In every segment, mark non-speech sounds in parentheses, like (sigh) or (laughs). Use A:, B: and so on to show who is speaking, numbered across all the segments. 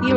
A: You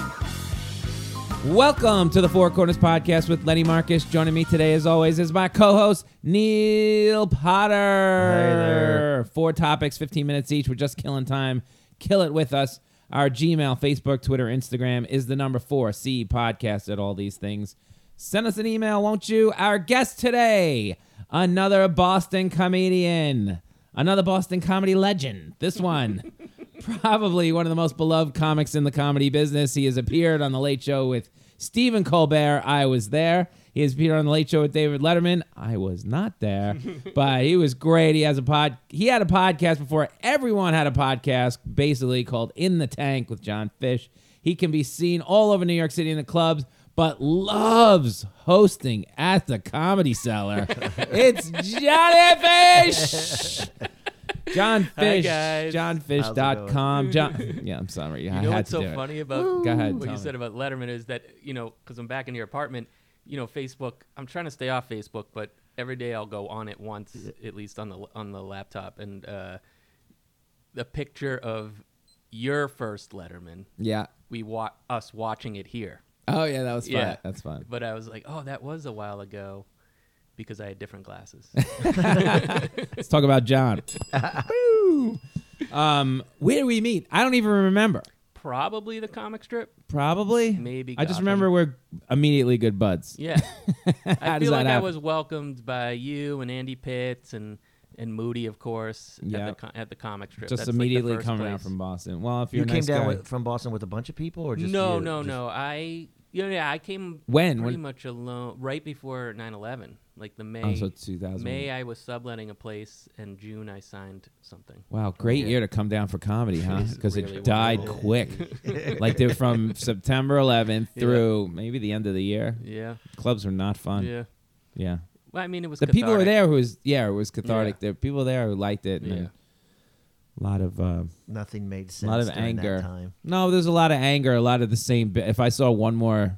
B: Welcome to the Four Corners Podcast with Lenny Marcus. Joining me today, as always, is my co host, Neil Potter.
C: there.
B: Four topics, 15 minutes each. We're just killing time. Kill it with us. Our Gmail, Facebook, Twitter, Instagram is the number four C podcast at all these things. Send us an email, won't you? Our guest today, another Boston comedian, another Boston comedy legend. This one. probably one of the most beloved comics in the comedy business. He has appeared on The Late Show with Stephen Colbert. I was there. He has appeared on The Late Show with David Letterman. I was not there, but he was great. He has a pod. He had a podcast before everyone had a podcast, basically called In the Tank with John Fish. He can be seen all over New York City in the clubs. But loves hosting at the comedy
D: (laughs)
B: cellar. it's Johnny Fish! John Fish.
D: guys.
B: JohnFish.com. John, yeah, I'm sorry. I
D: You know
B: had
D: what's
B: to
D: so
B: do it.
D: funny about
B: Go ahead,
D: what
B: tell
D: you
B: me.
D: said about Letterman is that you know because I'm back in your apartment, you know Facebook. I'm trying to stay off Facebook, but every day I'll go on it once at least on the on the laptop and uh, the picture of your first Letterman.
B: Yeah.
D: We wa- us watching it here.
B: Oh yeah, that was fun.
D: Yeah.
B: That's fun.
D: But I was like, oh, that was a while ago, because I had different glasses.
B: (laughs) Let's talk about
D: (laughs)
B: John. Woo! um, where do we meet? I don't even remember.
D: Probably the comic strip.
B: Probably.
D: Maybe
B: I just
D: Gotham.
B: remember we're immediately good buds. (laughs)
D: Yeah.
B: How
D: I
B: does
D: feel
B: that
D: like I
B: happen?
D: was welcomed by you and Andy Pitts and and Moody, of course,
B: Yeah.
D: at, the com- at the comic strip.
B: Just
D: That's, like, the
B: immediately
D: first
B: coming out
D: place.
B: from Boston. Well, if
C: You
B: you're a
C: came
B: nice
C: down
B: guy.
C: with, from Boston with a bunch of people, or just
D: no,
C: you?
D: no,
C: Just-
D: no. I you know, yeah, I came
B: When?
D: pretty
B: When-
D: much alone right before 9/11, like the May.
B: Oh, so 2000.
D: May I was subletting a place, and June I signed something.
B: Wow, great year to come down for
D: (laughs)
B: comedy, huh?
D: It's
B: Because
D: really
B: it died quick.
D: (laughs)
B: like they're from September 11th through maybe the end of the year.
D: Yeah,
B: Clubs were not fun.
D: yeah.
B: Yeah.
D: Well, I mean, it was
B: the people were
D: cathartic.
B: there who was yeah it was cathartic
D: Yeah.
B: the people there who liked it and
D: Yeah.
B: a lot of uh,
C: Nothing made sense.
B: a lot of
C: during that
B: anger
C: time.
B: no there's a lot of anger a lot of the same bit if i saw one more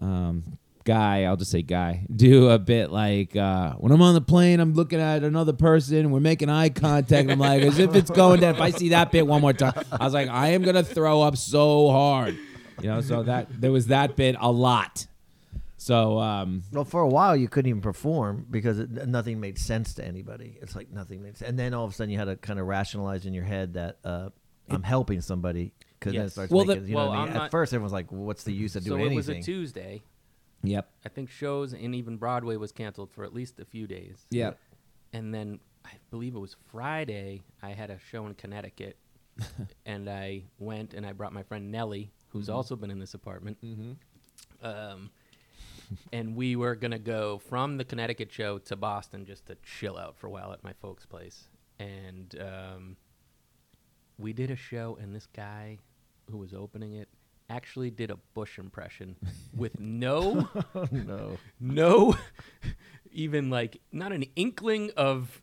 B: um guy i'll just say guy (laughs) do a bit like uh when i'm on the plane i'm looking at another person we're making eye contact i'm like as if it's going down if i see that bit one more time i was like i am gonna throw up so hard you know so that there was that bit a lot so um
C: Well, for a while you couldn't even perform because it, nothing made sense to anybody. It's like nothing made sense, and then all of a sudden you had to kind of rationalize in your head that uh, I'm helping somebody. Because then it
D: Yes.
C: starts
B: Well, the-
C: making, you know
D: well,
C: what I
D: I'm
C: mean? At
D: not-
C: first, everyone's like, "What's the use of
D: So
C: doing
D: it was
C: anything?"
D: a Tuesday.
B: yep
D: I think shows and even Broadway was canceled for at least a few days.
B: yep
D: and then I believe it was Friday. I had a show in Connecticut, and I went and I brought my friend Nellie, who's also been in this apartment. Um, and we were gonna go from the Connecticut show to Boston just to chill out for a while at my folks' place, and um, we did a show, and this guy who was opening it actually did a Bush impression with no
C: (laughs) no,
D: no even like not an inkling of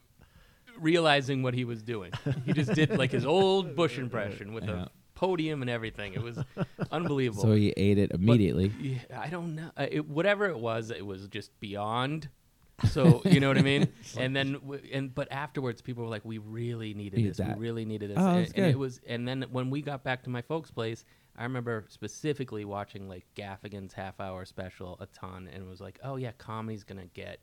D: realizing what he was doing. He just did like his old Bush impression with
B: Yeah.
D: a podium and everything. It was unbelievable.
B: so he ate it immediately
D: yeah, I don't know. Uh, it, whatever it was, it was just beyond.
B: (laughs)
D: So you know what I mean, and then w- and but afterwards, people were like, "We really needed
B: Need
D: this.
B: that.
D: We really needed this."
B: Oh,
D: and,
B: that's
D: and
B: good.
D: it was, and then when we got back to my folks' place, I remember specifically watching like Gaffigan's half-hour special a ton, and was like, "Oh yeah, comedy's gonna get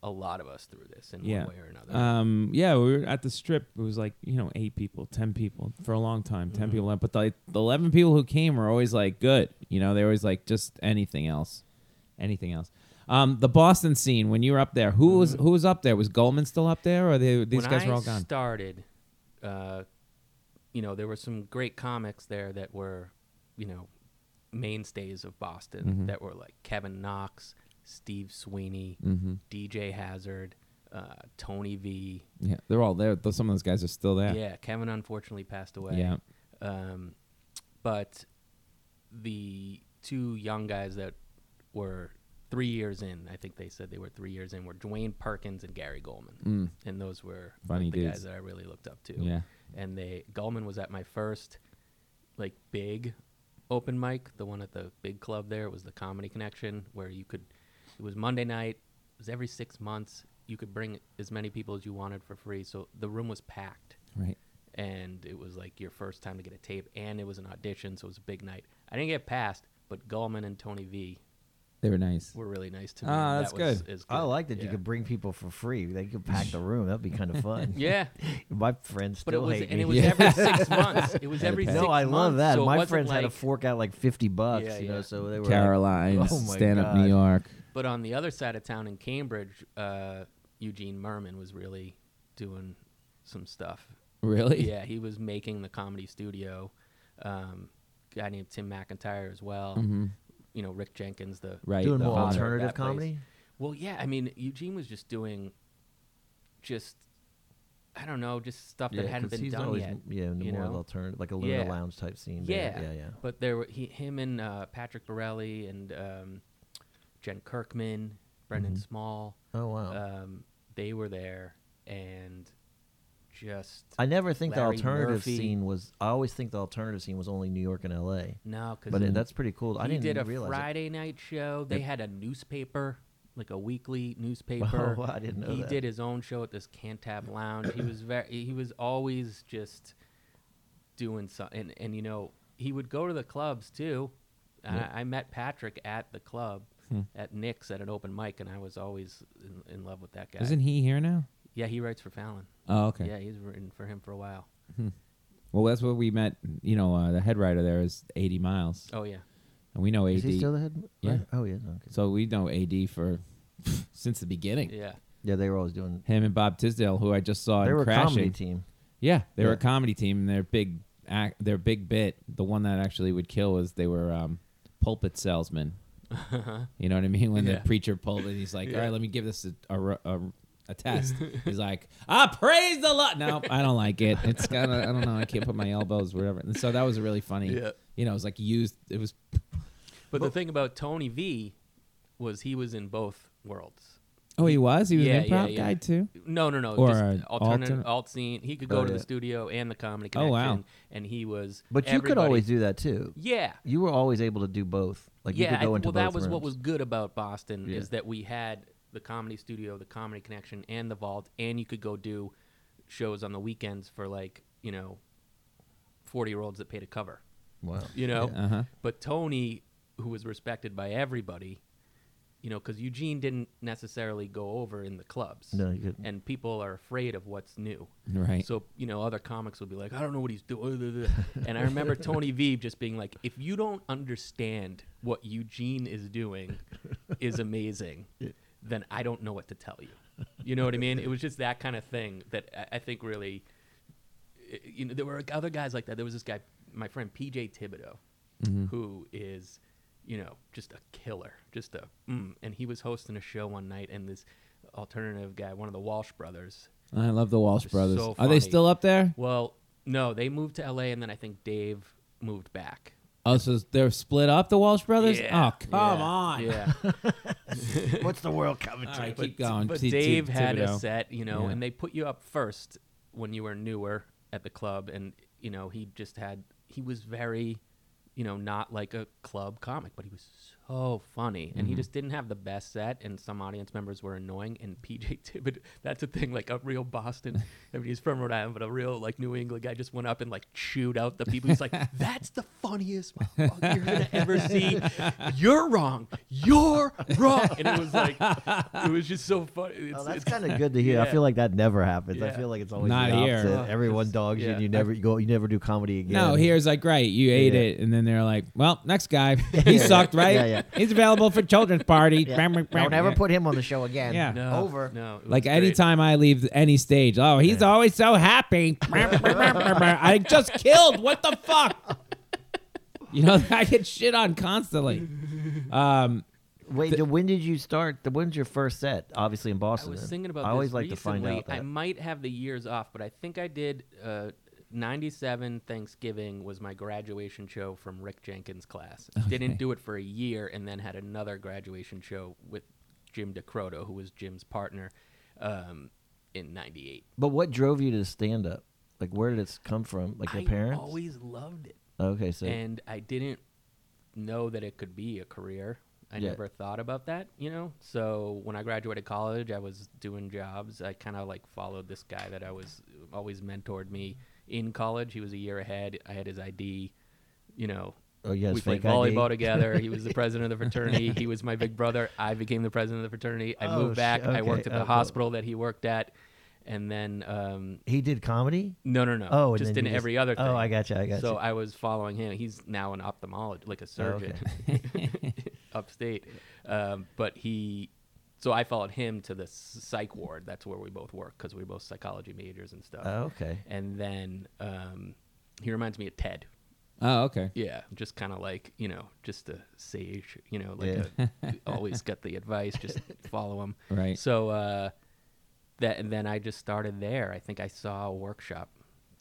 D: a lot of us through this in
B: yeah.
D: one way or another."
B: Um, yeah, we were at the strip. It was like you know eight people, ten people for a long time, 10
D: Mm-hmm.
B: people. But the, the eleven people who came were always like good. You know, they were always like just anything else, anything else. Um, the Boston scene when you were up there, who was who was up there? Was Goldman still up there, or they, these
D: Mm-hmm. when
B: guys
D: I
B: were all gone?
D: Started, uh, you know, there were some great comics there that were, you know, mainstays of Boston
B: Mm-hmm.
D: that were like Kevin Knox, Steve Sweeney,
B: Mm-hmm.
D: DJ Hazard, uh, Tony V.
B: yeah, they're all there. Though some of those guys are still there.
D: Yeah, Kevin unfortunately passed away.
B: Yeah.
D: Um, but the two young guys that were three years in, I think they said they were three years in, were Dwayne Perkins and Gary Goldman, and those were like,
B: Mm. Funny
D: the
B: dudes.
D: guys that I really looked up to.
B: Yeah.
D: and they Goldman was at my first like big open mic, the one at the big club there. It was the Comedy Connection where you could. It was Monday night. It was every six months. You could bring as many people as you wanted for free, so the room was packed
B: Right.
D: and it was like your first time to get a tape, and it was an audition, so it was a big night. I didn't get passed, but Gallman and Tony V
B: They were nice.
D: were really nice to me.
B: Ah,
D: and
B: that's
D: that was,
B: good.
D: (laughs) Is good.
C: I like that you
D: Yeah.
C: could bring people for free. They could pack
B: (laughs)
C: the room. That'd be kind of fun.
D: Yeah,
C: (laughs) My friends
D: but it
C: still
D: was
C: hate
D: and
C: me.
D: it was every
C: (laughs)
D: six months. It was every
B: No,
D: six
C: no, I love
D: months,
C: that.
D: so it
C: My
D: wasn't
C: friends had to
D: like-
C: fork out like fifty bucks,
D: Yeah,
C: you know.
D: yeah.
C: So they were like-
B: Caroline,
C: Oh my
B: stand up New
C: God.
B: York.
D: But on the other side of town in Cambridge, uh, Eugene Merman was really doing some stuff.
B: (laughs) Really?
D: Yeah, he was making the comedy studio. Um, guy named Tim McIntyre as well.
B: Mm-hmm.
D: You know, Rick Jenkins, the
B: Right.
C: doing
B: the
C: more
B: father.
D: alternate-
C: alternative
D: that place.
C: comedy.
D: Well, yeah, I mean, Eugene was just doing, just, I don't know, just stuff that hadn't
C: 'cause
D: been
C: he's
D: done
C: always,
D: yet.
C: Yeah, in the
D: you
C: more
D: know?
C: alternative, like a Luna
D: Yeah.
C: Lounge type scene. but
D: Yeah,
C: yeah, yeah.
D: But there were he, him and uh, Patrick Borelli and um, Jen Kirkman, Brendan Small.
C: Oh wow.
D: Um, they were there and just
C: I never think
D: Larry
C: the alternative
D: Murphy.
C: scene was. I always think the alternative scene was only New York and L.A.
D: no, because
C: But it- that's pretty cool. I
D: he
C: didn't
D: did a
C: realize. it.
D: Friday night show. They had a newspaper, like a
C: (laughs)
D: weekly newspaper.
C: wow, Oh, I didn't know
D: He
C: that.
D: did his own show at this Cantab Lounge. He was very. He was always just doing something, and, and you know he would go to the clubs too. And I, I met Patrick at the club
C: Hmm.
D: at Nick's at an open mic, and I was always in, in love with that guy.
B: Isn't he here now?
D: yeah, he writes for Fallon.
B: Oh, okay.
D: Yeah, he's written for him for a while.
B: Well, that's where we met. You know, uh, the head writer there is 80 Miles,
D: Oh yeah,
B: and we know AD.
C: Is he still the head?
B: Yeah.
C: writer? Oh yeah. Okay.
B: so we know AD for (laughs) since the beginning.
D: yeah.
C: Yeah, they were always doing.
B: Him and Bob Tisdale, who I just saw
C: They
B: in
C: were a
B: crashing.
C: comedy team.
B: Yeah, they were a
C: Yeah.
B: comedy team, and their big act, their big bit, the one that actually would kill was they were um, pulpit
C: (laughs)
B: salesmen. You know what I mean? When the
D: Yeah.
B: preacher pulled it, he's like, "All right, let me give this a, a, r- a- a
C: (laughs)
B: test." he's like, "I praise the Lord." No, I don't like it. It's kind of I don't know. I can't put my elbows whatever. And so that was really funny.
D: Yeah.
B: You know, it was like used. It was
D: But the thing about Tony V was he was in both worlds.
B: oh, he was he was
D: Yeah,
B: an
D: yeah,
B: improv
D: yeah.
B: guy too.
D: No, no, no.
B: Or
D: just
B: an
D: alternative
B: alternate-
D: alt scene. He could go
C: Oh,
D: to
C: yeah.
D: the studio and the comedy
B: Oh,
D: connection.
B: wow.
D: And he was.
C: But you could
D: everybody-
C: always do that too.
D: Yeah.
C: You were always able to do both. Like you
D: yeah.
C: could go
D: I-
C: into
D: well, that
C: both
D: was what
C: rooms.
D: was good about Boston
C: Yeah.
D: is that we had the comedy studio, the comedy connection, and the vault, and you could go do shows on the weekends for like you know, forty year olds that paid a cover.
C: Wow.
D: You know.
B: Uh-huh.
D: But Tony, who was respected by everybody, you know, because Eugene didn't necessarily go over in the clubs.
C: No, you couldn't.
D: And people are afraid of what's new.
B: Right.
D: So, you know, other comics would be like, I don't know what he's doing. (laughs) and I remember Tony Veeb just being like, if you don't understand what Eugene is doing is amazing, then I don't know what to tell you. You know what I mean? It was just that kind of thing that I, I think really it- you know, there were other guys like that. There was this guy, my friend PJ Thibodeau,
B: Mm-hmm.
D: who is, you know, just a killer, just a, mm. and he was hosting a show one night, and this alternative guy, one of the Walsh brothers.
B: I love the Walsh
D: It's
B: brothers.
D: so
B: Are they
D: funny.
B: still up there?
D: Well, no, they moved to LA, and then I think Dave moved back.
B: Oh, so they're split up, the Walsh brothers. Oh,
D: Yeah,
B: come
D: yeah,
B: on.
D: Yeah.
C: What's the world coming
B: All
C: to?
B: right, keep going.
D: But
B: T- T-
D: Dave had
B: Thibodeau.
D: a set, you know,
B: Yeah.
D: and they put you up first when you were newer at the club, and you know he just had he was very, you know, not like a club comic, but he was so funny, and
B: Mm-hmm.
D: he just didn't have the best set, and some audience members were annoying, and (laughs) PJ Tibbet, that's a thing, like a real
B: (laughs)
D: Boston, I mean he's from Rhode Island, but a real like New England guy just went up and like chewed out the people.
B: (laughs)
D: He's like, that's the funniest motherfucker you're gonna ever see. You're wrong. You're wrong. And it was like, it was just so funny. It's,
C: (laughs) Oh, that's
D: it's-
C: kind of good to hear. I
D: yeah.
C: feel like that never happens. I
D: Yeah.
C: feel like it's always
B: Not
C: the
B: here.
C: opposite.
B: Ugh,
C: Everyone dogs you.
D: yeah.
C: And you never you go. You never do comedy again.
B: No, here's like, right, you ate
C: Yeah.
B: it. And then they're like, well, next guy. He sucked, right?
C: Yeah, yeah.
B: He's available for children's party.
C: Don't ever put him on the show again.
B: Yeah.
D: no,
C: Over.
D: (laughs) No, it was
B: Like
D: great.
B: anytime I leave any stage, oh, he's always so happy. I just killed. What the fuck? You know, (laughs) I get shit on constantly. Um,
C: Wait, th- when did you start? The, when's your first set? Obviously
D: I
C: in Boston.
D: was
C: then.
D: thinking about.
C: I always
D: this
C: like to
D: recently.
C: find out.
D: I
C: That.
D: might have the years off, but I think I did uh, 97 Thanksgiving was my graduation show from Rick Jenkins' class. Didn't do it for a year and then had another graduation show with Jim DeCroto, who was Jim's partner um, in 98.
C: But what drove you to stand up? Like, where did it come from? Like your
D: I
C: parents?
D: always loved it.
C: okay, so
D: and I didn't know that it could be a career. I
C: Yeah.
D: never thought about that, you know. So when I graduated college, I was doing jobs. I kind of like followed this guy that I was always mentored me in college. He was a year ahead. I had his ID, you know.
C: Oh, you had
D: we
C: his
D: played
C: fake ID?
D: volleyball together. He
C: (laughs)
D: was the president of the fraternity. he was my big brother. I became the president of the fraternity. I
C: Oh,
D: moved back.
C: shit.
D: I worked at
C: Okay. Oh,
D: the
C: cool.
D: hospital that he worked at, and then um,
C: he did comedy.
D: no, no, no.
C: Oh, and
D: just in
C: then you just-
D: every other thing.
C: Oh, I gotcha, Oh, I
D: So
C: gotcha.
D: I was following him. He's now an ophthalmologist, like a surgeon,
C: (laughs)
D: (laughs) upstate. Um, but he, so I followed him to the s- psych ward. That's where we both work because we're both psychology majors and stuff.
C: Oh, okay.
D: And then um, he reminds me of Ted.
B: Oh, okay.
D: Yeah, just kind of like you know, just a sage. You know, like a, always got the advice. Just follow him.
B: Right.
D: So uh, that and then I just started there. I think I saw a workshop.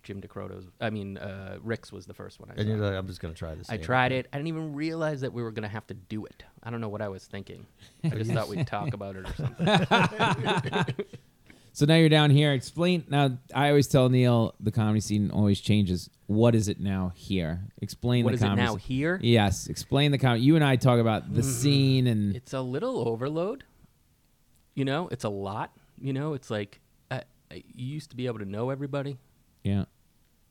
D: Jim DeCroto's. I mean, uh, Rick's was the first one. I
C: And
D: saw.
C: you're like, I'm just gonna try this.
D: I tried it. I didn't even realize that we were going to have to do it. I don't know what I was thinking. I just thought we'd talk about it or something.
B: So now you're down here. Explain. Now, I always tell Neil the comedy scene always changes. What is it now here? Explain
D: What
B: the
D: is it
B: comedy
D: now
B: scene.
D: here? Mm-hmm.
B: Yes, explain the comedy. You and I talk about the scene and
D: It's a little overload. You know, it's a lot. You know, it's like I, I you used to be able to know everybody.
B: yeah.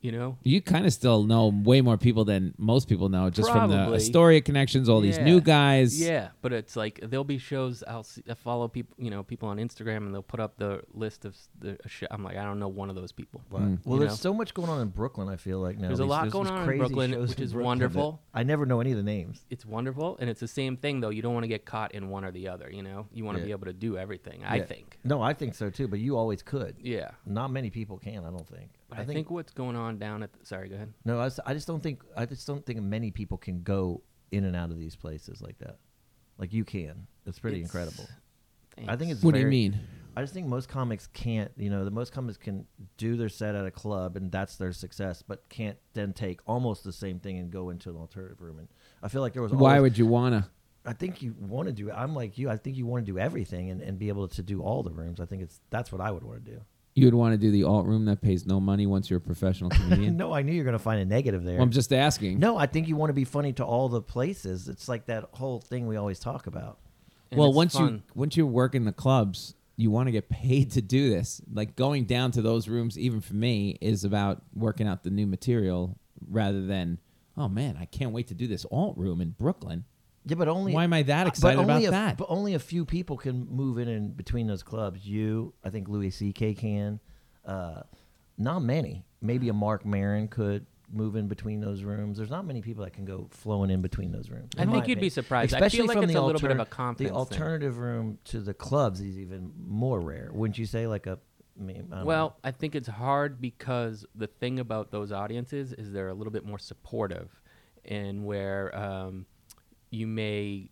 D: You know,
B: You kind of still know way more people than most people know, just from the
D: Probably.
B: Astoria connections, all these
D: Yeah.
B: new guys.
D: Yeah, but it's like there'll be shows I'll see, I follow people, you know, people on Instagram, and they'll put up the list of s- the show. I'm like, I don't know one of those people.
B: Mm.
C: Well,
D: You
C: there's
D: know?
C: so much going on in Brooklyn. I feel like now
D: There's a
C: These-
D: lot
C: these
D: going on in
C: crazy
D: Brooklyn,
C: shows
D: which
C: in
D: is
C: Brooklyn that
D: wonderful.
C: I never know any of the names.
D: it's wonderful, and it's the same thing though. You don't want to get caught in one or the other. You know, you want to
C: Yeah.
D: be able to do everything. I
C: Yeah.
D: think.
C: No, I think so too. But you always could.
D: Yeah.
C: Not many people can. I don't think.
D: But I, think, what's going on down at the, sorry, go ahead.
C: No, I, s- I just don't think. I just don't think many people can go in and out of these places like that. Like you can. It's pretty
D: It's-
C: incredible. I think
D: Thanks.
C: it's.
B: What do you
C: very-
B: mean?
C: I just think most comics can't. You know, the most comics can do their set at a club and that's their success, but can't then take almost the same thing and go into an alternative room. And I feel like there was.
B: Why
C: always-
B: would you wanna?
C: I think you want to do. I'm like you. I think you want to do everything and, and be able to do all the rooms. I think it's that's what I would want to do.
B: You would want to do the alt room that pays no money once you're a
D: (laughs)
B: professional comedian.
C: No, I knew you're going to find a negative there.
B: Well, I'm just asking.
C: no, I think you want to be funny to all the places. It's like that whole thing we always talk about.
D: And
B: well,
D: it's
B: once you
D: fun.
B: once you work in the clubs, you want to get paid to do this. Like going down to those rooms, even for me, is about working out the new material rather than, oh man, I can't wait to do this alt room in Brooklyn.
C: Yeah, but only
B: Why am I that
C: but
B: excited
C: only
B: about
C: a-
B: that?
C: But only a few people can move in and between those clubs. You, I think Louis C.K. can. Uh, not many. Maybe a Mark Marin could move in between those rooms. There's not many people that can go flowing in between those rooms.
D: I
C: in
D: think
C: my
D: you'd be
C: opinion.
D: surprised. I feel
C: Especially
D: like
C: from
D: it's
C: the
D: a little bit of a
C: The
D: confidence thing.
C: alternative room to the clubs is even more rare. Wouldn't you say? Like a, I mean, I don't
D: Well, I think it's hard because the thing about those audiences is they're a little bit more supportive, and where um, you may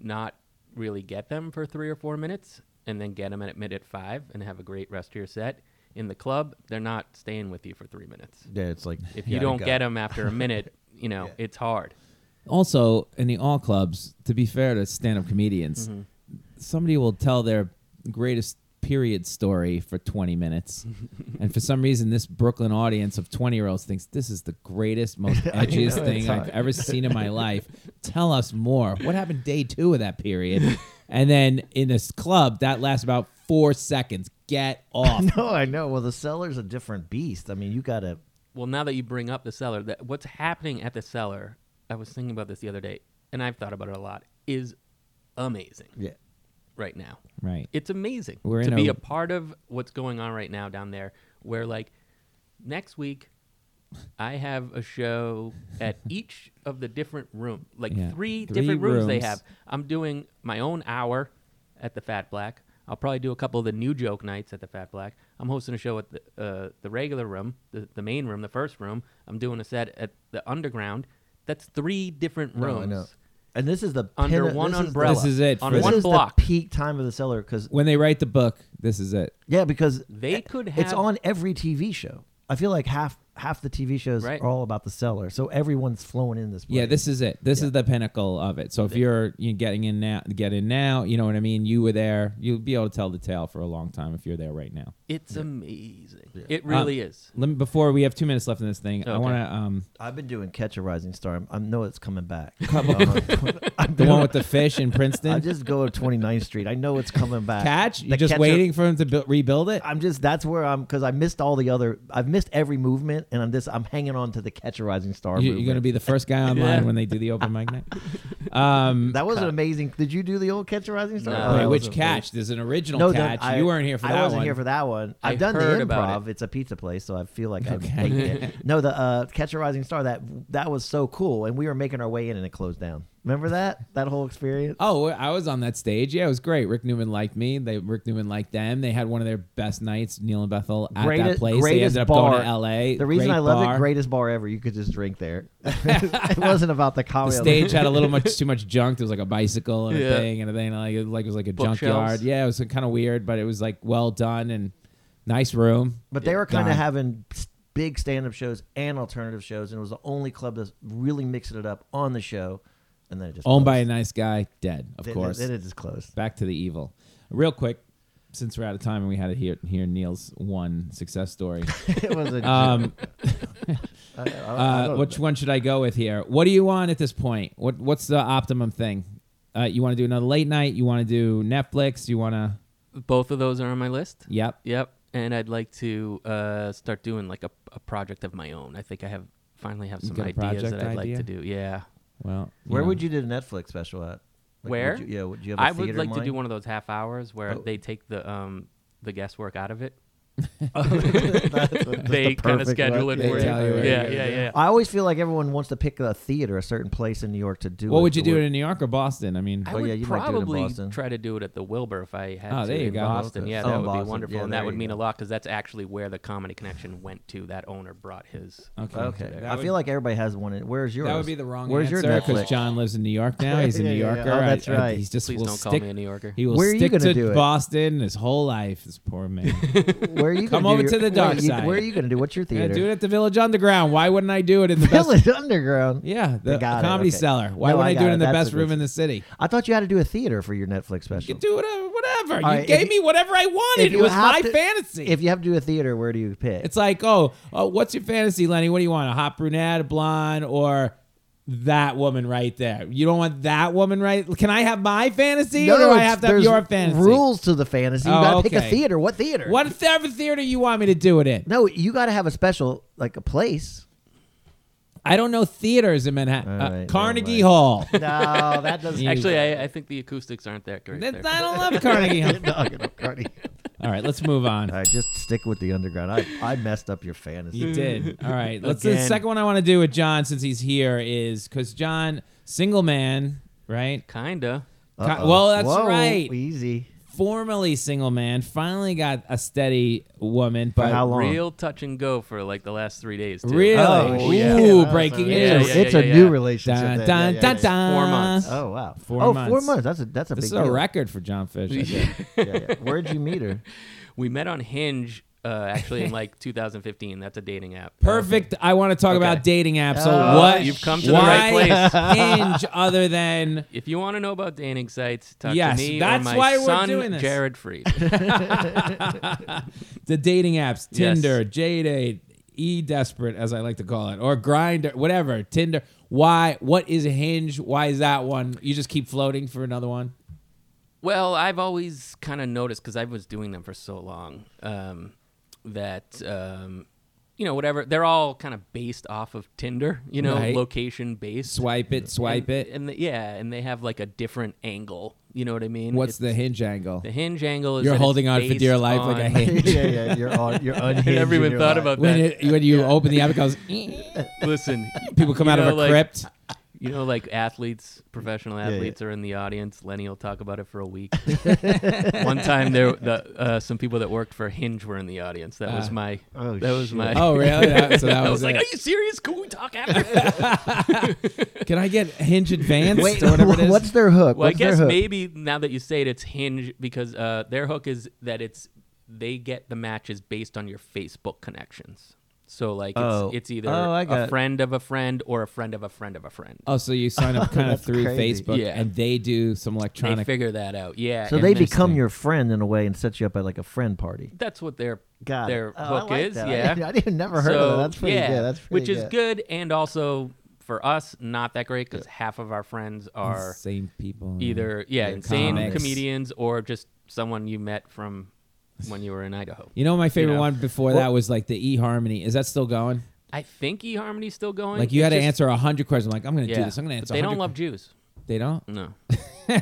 D: not really get them for three or four minutes, and then get them at minute five and have a great rest of your set. In the club, they're not staying with you for three minutes.
C: know. yeah, it's like
D: If you don't
C: (laughs)
D: get them after a minute, you know it's hard.
B: Also, in the all clubs, to be fair to stand-up comedians,
C: Mm-hmm.
B: somebody will tell their greatest period story for 20
C: (laughs)
B: minutes. and for some reason, this Brooklyn audience of 20-year-olds thinks this is the greatest,
C: (laughs)
B: most edgiest thing I've ever seen in my life. Tell us more. What happened day two of that
C: (laughs)
B: period? and then in this club, that lasts about four seconds. Get off.
C: No, (laughs) Oh, I know. Well, the seller's a different beast. I mean, you gotta.
D: Well, now that you bring up the cellar, that what's happening at the cellar, I was thinking about this the other day, and I've thought about it a lot, is amazing
C: Yeah.
D: right now.
B: Right.
D: It's amazing
B: We're
D: to
B: in
D: be
B: a-
D: a part of what's going on right now down there, where like next week I have a show
B: (laughs)
D: at each of the different room, like
B: Yeah.
D: three,
B: Three
D: different rooms, they
B: rooms.
D: have. I'm doing my own hour at the Fat Black. I'll probably do a couple of the new joke nights at the Fat Black. I'm hosting a show at the uh, the regular room, the, the main room, the first room. I'm doing a set at the underground. That's three different
C: No,
D: rooms.
C: I know. And this is the
D: Under
C: pinna-
D: one
C: this is the-
D: umbrella.
B: This is it
D: On
B: for
C: this
D: one
C: is
D: block.
C: the peak time of the seller because
B: When they write the book, this is it.
C: yeah because e,
D: They could
C: it's
D: have-
C: on every TV show I feel like half half the TV shows
D: Right.
C: are all about the seller, so everyone's flowing in this. Place.
B: Yeah, this is it. This is the pinnacle of it. So if you're you getting in now, get in now. You know what I mean. You were there. You'll be able to tell the tale for a long time if you're there right now.
D: It's amazing. It really
B: Um,
D: is.
B: Let me, before we have two minutes left in this thing, I
D: Okay.
B: want to
C: (laughs)
B: um
C: I've been doing Catch a Rising Star. I'm- I know it's
B: (laughs)
C: coming back. Uh, (laughs)
B: the one with the fish in Princeton.
C: I just go to 29th Street. I know it's coming back.
B: catch.
C: The
B: You're just
C: catcher-
B: waiting for him to build, rebuild it.
C: I'm just that's where I'm because I missed all the other. I've missed every movement, and I'm this. I'm hanging on to the Catch a Rising Star.
B: You,
C: movement.
B: are going to be the first
C: (laughs)
B: guy online
D: Yeah.
B: when they do the open mic night. Um,
C: That was an amazing. Did you do the old Catch a Rising Star?
D: No.
C: Oh,
B: wait,
C: that was
B: which
C: a-
B: catch? There's an original
C: No,
B: catch.
C: I,
B: you weren't here for
C: I
B: that
C: wasn't
B: one.
C: here for that one. I've
D: I
C: done
D: heard
C: the
D: about
C: improv.
D: it.
C: It's a pizza place, so I feel like I've baked
B: (laughs)
C: it. No, the uh, Catch a Rising Star that that was so cool, and we were making our way in, and it closed down. Remember that that whole experience?
B: Oh, I was on that stage. Yeah, it was great. Rick Newman liked me. They Rick Newman liked them. They had one of their best nights, Neil and Bethel, at that
C: Greatest-
B: place. They
C: greatest
B: ended up
C: bar.
B: going to L.A.
C: The reason
B: Great
C: I love
B: bar.
C: it, greatest bar ever. You could just drink there. (laughs)
B: (laughs)
C: it wasn't about the
B: The
C: comedy.
B: stage had a little
C: (laughs)
B: much too much junk. There was like a bicycle and a
D: Yeah.
B: thing and a thing. Like it, like it was like a
D: Bookshelves.
B: junkyard. Yeah, it was kind of weird, but it was like well done and nice room.
C: But they were kind
B: Done.
C: of having s- big stand-up shows and alternative shows, and it was the only club that's really mixing it up on the show. And then it just
B: Owned by a
C: closed.
B: nice guy, dead, of
C: Then-
B: course.
C: Then it
B: (laughs)
C: just closed.
B: back to the evil. Real quick, since we're out of time and we had to hear, hear Neil's one success story.
C: it was a
B: Um,
C: (laughs) I- I- I
B: (laughs) uh,
C: don't
B: which
C: know.
B: one should I go with here? What do you want at this point? What What's the optimum thing? Uh, you want to do another late night? You want to do Netflix? You want to?
D: Both of those are on my list.
B: Yep.
D: Yep. And I'd like to uh, start doing like a, a project of my own. I think I have finally have
B: You
D: some
B: got a
D: ideas
B: project
D: that I'd
B: idea?
D: like to do. Yeah.
B: Well,
C: Where
B: know.
C: would you do the Netflix special at? Like,
D: Where?
C: Would you, yeah. Would you have a
D: I would
C: theater
D: like
C: in
D: to do
C: mind?
D: one of those half hours where
C: Oh.
D: they take the um the guesswork
B: (laughs)
D: out of it. (laughs)
C: That's a- just
D: they
C: the
D: kind of
C: perfect
D: schedule
C: one.
D: it for
B: They tell you
D: you.
B: where
D: Yeah,
B: you're
D: yeah,
B: gonna
D: yeah.
C: I always feel like everyone wants to pick a theater, a certain place in New York to do.
B: What
C: it.
B: would you
C: So
B: do
C: what-
B: it in New York or Boston? I mean,
D: I
C: Oh,
D: would
C: yeah, you might do it in
D: probably
C: Boston.
D: try to do it at the Wilbur if I had
B: Oh,
D: to
B: there you
D: in
B: go.
D: Boston.
C: Okay.
D: Yeah,
C: Oh,
D: that
C: in
D: would
C: Boston.
D: be wonderful,
C: Yeah,
D: and that
C: there
D: would
C: you
D: mean
C: go.
D: a lot because that's actually where the Comedy Connection went to. That owner brought his.
B: okay.
C: Okay,
B: That
C: I
B: would-
C: feel like everybody has one. in- Where's yours?
B: That would be the wrong
C: Where's
B: answer
C: your
B: because
C: Netflix?
B: John lives in New York now. He's a
C: (laughs) Yeah,
B: New
C: yeah, yeah.
B: Yorker.
C: Oh,
B: I-
C: that's
B: I-
C: right.
B: he's just
D: Please
B: will
D: don't
B: stick,
D: call me a New Yorker.
B: He will
C: Where are you
B: stick
C: gonna
B: to
C: do it?
B: Boston his whole life. This poor
C: (laughs)
B: man.
C: Where are you
B: Come
C: gonna
B: over
C: do
B: to
C: your-
B: the dark
C: where you-
B: side.
C: Where are you going to do? What's your
B: Yeah,
C: theater?
B: do it at the Village Underground. Why wouldn't I do it in the best?
C: Village Underground.
B: Yeah, the
C: I got it,
B: comedy
C: okay.
B: cellar. Why
C: No,
B: would I,
C: I
B: do
C: got
B: it in
C: it.
B: the
C: That's
B: best
C: the
B: room
C: good-
B: in the city?
C: I thought you had to do a theater for your Netflix special.
B: You do whatever. whatever. You
C: All right, if
B: gave
C: you-
B: me whatever I wanted.
C: If
B: It
C: you
B: was
C: have
B: my
C: to-
B: fantasy.
C: If you have to do a theater, where do you pick?
B: it's like, oh, uh, what's your fantasy, Lenny? What do you want? A hot brunette, a blonde, or that woman right there? You don't want that woman right? Can I have my fantasy, or do I
C: it's-
B: have to have
C: there's
B: your fantasy?
C: Rules to the fantasy. You
B: Oh,
C: got to pick
B: okay.
C: a theater. What theater?
B: Whatever theater you want me to do it in.
C: No, you got to have a special like
B: (laughs)
C: a place.
B: I don't know theaters in Manhattan.
C: All
B: Uh,
C: right, never
B: Carnegie
C: mind. (laughs)
B: Hall.
C: No, that doesn't.
D: Actually, I, I think the acoustics aren't that great.
B: That's-
D: There.
B: I don't love Carnegie Hall.
C: (laughs) No, you don't, Cardi.
B: All right, let's move on.
C: (laughs) All right, just stick with the underground. I, I messed up your fantasy.
B: You did. All right. Let's the
C: Again.
B: second one I want to do with John since he's here is because John, single man, right?
D: Kinda.
B: Co-
C: Uh-oh.
B: Well, that's
C: Whoa,
B: right.
C: Easy.
B: Formerly single man, finally got a steady woman, but
C: how long?
D: Real touch and go for like the last three days. Too.
B: really,
C: Oh, yeah.
B: ooh,
C: Yeah,
B: breaking
D: that's right.
B: news.
C: It's,
D: Yeah,
C: a- it's
D: yeah,
C: a
D: yeah,
C: new
D: yeah.
C: relationship.
B: Dun,
C: there.
B: dun,
C: Yeah,
B: dun,
C: yeah, yeah.
B: dun.
D: Four months.
C: Oh wow.
B: Four
C: oh, four
B: months.
C: months. That's a that's a
B: This is
C: big
B: a
C: deal.
B: record for John Fish. I think.
C: Yeah, yeah. Where'd you
B: (laughs)
C: meet her?
D: We met on Hinge uh, actually in like 2015. That's a dating app.
B: Perfect. I want to talk about dating apps. So
C: Oh,
B: what?
D: you've come to the
B: why
D: right
B: (laughs) Hinge, other than
D: If you want to know about dating sites, talk
B: Yes,
D: to me
B: that's
D: or my
B: why we're
D: son,
B: doing this. (laughs)
D: Jared Freed.
B: the dating apps,
D: Yes.
B: Tinder, J Date, E Desperate, as I like to call it, or Grinder, whatever, Tinder. Why? What is Hinge? Why is that one? You just keep floating for another one.
D: Well, I've always kind of noticed because I was doing them for so long um, that um, you know whatever they're all kind of based off of Tinder, you know,
B: Right.
D: location based.
B: Swipe it, swipe
D: and,
B: it.
D: and the, yeah, and they have like a different angle. You know what I mean?
B: What's the
D: It's-
B: Hinge angle?
D: the hinge angle? Is
B: You're
D: that it's
B: holding on for
D: based
B: dear life (laughs) like a
D: on-
B: hinge.
C: yeah, yeah. You're on. You're unhinged.
D: And
C: in
D: everyone
C: your
D: thought
C: life.
D: about
B: When,
D: that.
B: it, when you open the app, it
D: (laughs)
B: goes. "Eh."
D: Listen,
B: (laughs) People come
D: you
B: out of a
D: know, like- (laughs)
B: crypt.
D: You know, like athletes, professional
C: yeah.
D: athletes are in the audience. Lenny will talk about it for a
B: (laughs)
D: week. One time, there the, uh, some people that worked for Hinge were in the audience. That was
B: Ah.
D: my.
C: Oh,
D: that was
C: shit.
D: my.
B: Oh, really? That- so that
D: (laughs) I
B: was,
D: was like,
B: it.
D: "Are you serious? Can we talk after?"
B: (laughs)
D: this?" (laughs)
B: Can I get Hinge Advanced
C: Wait,
B: or whatever it is?
C: what's their hook?
D: well, I
C: What's their
D: guess
C: hook?
D: maybe now that you say it, it's Hinge because uh, their hook is that it's they get the matches based on your Facebook connections. So like it's,
C: Oh.
D: it's either
C: Oh, I
D: a
C: got-
D: friend of a friend or a friend of a friend of a friend.
B: Oh, so you sign
C: (laughs)
B: up kind of
C: That's
B: through
C: crazy.
B: Facebook,
D: Yeah.
B: and they do some
D: They
B: electronic.
D: figure that out. Yeah.
C: So
D: and
C: they
D: there's-
C: become your friend in a way and set you up at like a friend
D: (laughs)
C: party.
D: that's what their
C: Got it.
D: their
C: Oh, I
D: hook
C: like
D: is.
C: that. I
D: Yeah.
C: didn't- (laughs) I didn't- never heard of that. That's pretty
D: yeah,
C: good. That's pretty
D: which is
C: good.
D: good and also for us not that great because half of our friends are
B: same people.
D: either yeah
B: They're
D: insane
B: comics.
D: comedians or just someone you met from when you were in Idaho.
B: You know, my favorite
D: know.
B: one before that was like the eHarmony. Is that still going?
D: I think eHarmony's still going.
B: Like you had to
D: It's just-
B: answer hundred questions. I'm like I'm going to do
D: Yeah,
B: this. I'm going to answer.
D: but they
B: 100
D: don't love Jews.
B: They don't.
D: No,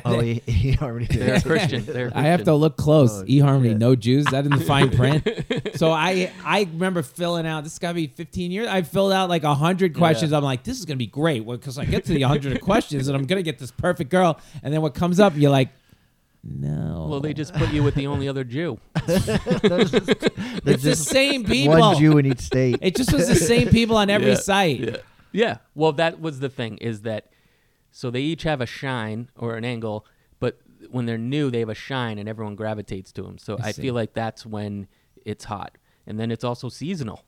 C: Oh, he, he already
B: (laughs)
C: did.
D: they're Christian. They're
B: I have to
D: Christian.
B: look close.
C: Oh,
B: eHarmony,
C: shit.
B: no Jews. Is that in the fine
C: (laughs)
B: print? so I I remember filling out. This got to be 15 years. I filled out like 100 questions. I'm like, this is gonna be great because I get to the 100 questions and I'm gonna get this perfect girl. And then what comes up, you're like, no.
D: Well, they just put you with the only other Jew.
C: There's just,
B: it's
C: there's
B: the
C: just
B: same people.
C: (laughs) one Jew in
B: (laughs)
C: each state.
B: It just was the same people on every
D: Yeah,
B: site.
D: Yeah. Well, that was the thing is that so they each have a shine or an angle, but when they're new, they have a shine and everyone gravitates to them. So I,
B: see.
D: feel like that's when it's hot. And then it's also seasonal.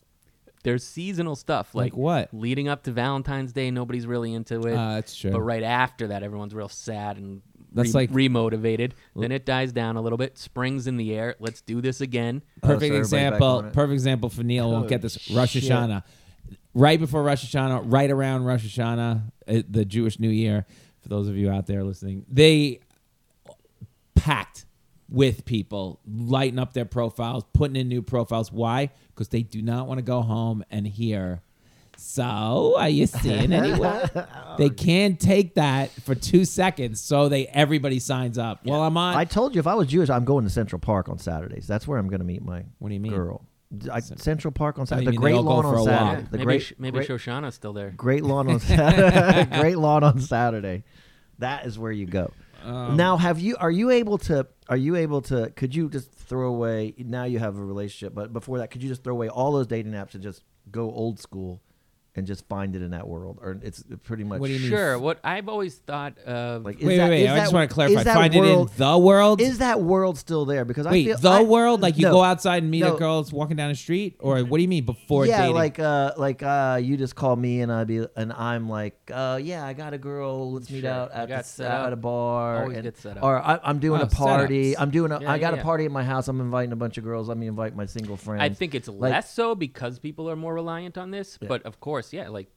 D: There's seasonal stuff
B: Like
D: like,
B: what?
D: Leading up to Valentine's Day, nobody's really into it.
B: Ah, that's true.
D: But right after that, everyone's real sad and
B: That's
D: re-
B: like-
D: remotivated. Then it dies down a little bit. Spring's in the air. Let's do this again.
C: Oh, so
B: Perfect
C: everybody back
B: example.
C: on it.
B: Perfect example for Neil. won't
C: Oh,
B: get this. Rosh
C: shit.
B: Hashanah, right before Rosh Hashanah, right around Rosh Hashanah, uh, the Jewish New Year. For those of you out there listening, they packed with people, lighting up their profiles, putting in new profiles. Why? Because they do not want to go home and hear. So, are you seeing
C: (laughs)
B: anyone? they can't take that for two seconds. So they everybody signs up. Well, I'm on.
C: I told you if I was Jewish, I'm going to Central Park on Saturdays. That's where I'm going to meet my
B: What do you mean?
C: girl. I, Central Park on
B: you
C: Saturday. The
B: mean they
C: Great
B: all go
C: Lawn
B: for a
C: on
B: walk?
C: Saturday. The
D: maybe
C: great,
D: Sh- maybe
C: great,
D: Shoshana's still there.
C: great
B: (laughs)
C: lawn on Saturday. (laughs) great lawn on Saturday. That is where you go.
B: Um,
C: now, have you? Are you able to? Are you able to? Could you just throw away? Now you have a relationship, but before that, could you just throw away all those dating apps and just go old school, and just find it in that world? Or it's pretty much
B: What do you mean?
D: Sure. What I've always thought of
C: Like, is
B: Wait, wait,
C: that-
B: wait.
C: is
B: I
C: that-
B: just want to clarify.
C: is that
B: Find
C: world-
B: it in the world.
C: Is that world still there? Because
B: Wait,
C: I feel
B: the
C: I-
B: world? Like you
C: no.
B: go outside and meet
C: No.
B: a girl that's walking down the street, or what do you mean before
C: yeah,
B: dating?
C: like uh, like uh, you just call me and I be and I'm like, uh, yeah, I got a girl. Let's meet
D: Sure.
C: out
D: You
C: at,
D: got
C: the,
D: set up.
C: at a bar.
D: Always
C: and-
D: get set up.
C: Or I, I'm doing
B: Oh,
C: a party.
B: setups.
C: I'm doing. A,
D: Yeah,
C: I got
D: yeah, yeah.
C: a party at my house. I'm inviting a bunch of girls. Let me invite my single friends.
D: I think it's
C: Like-
D: less so because people are more reliant on this. But of course, yeah, like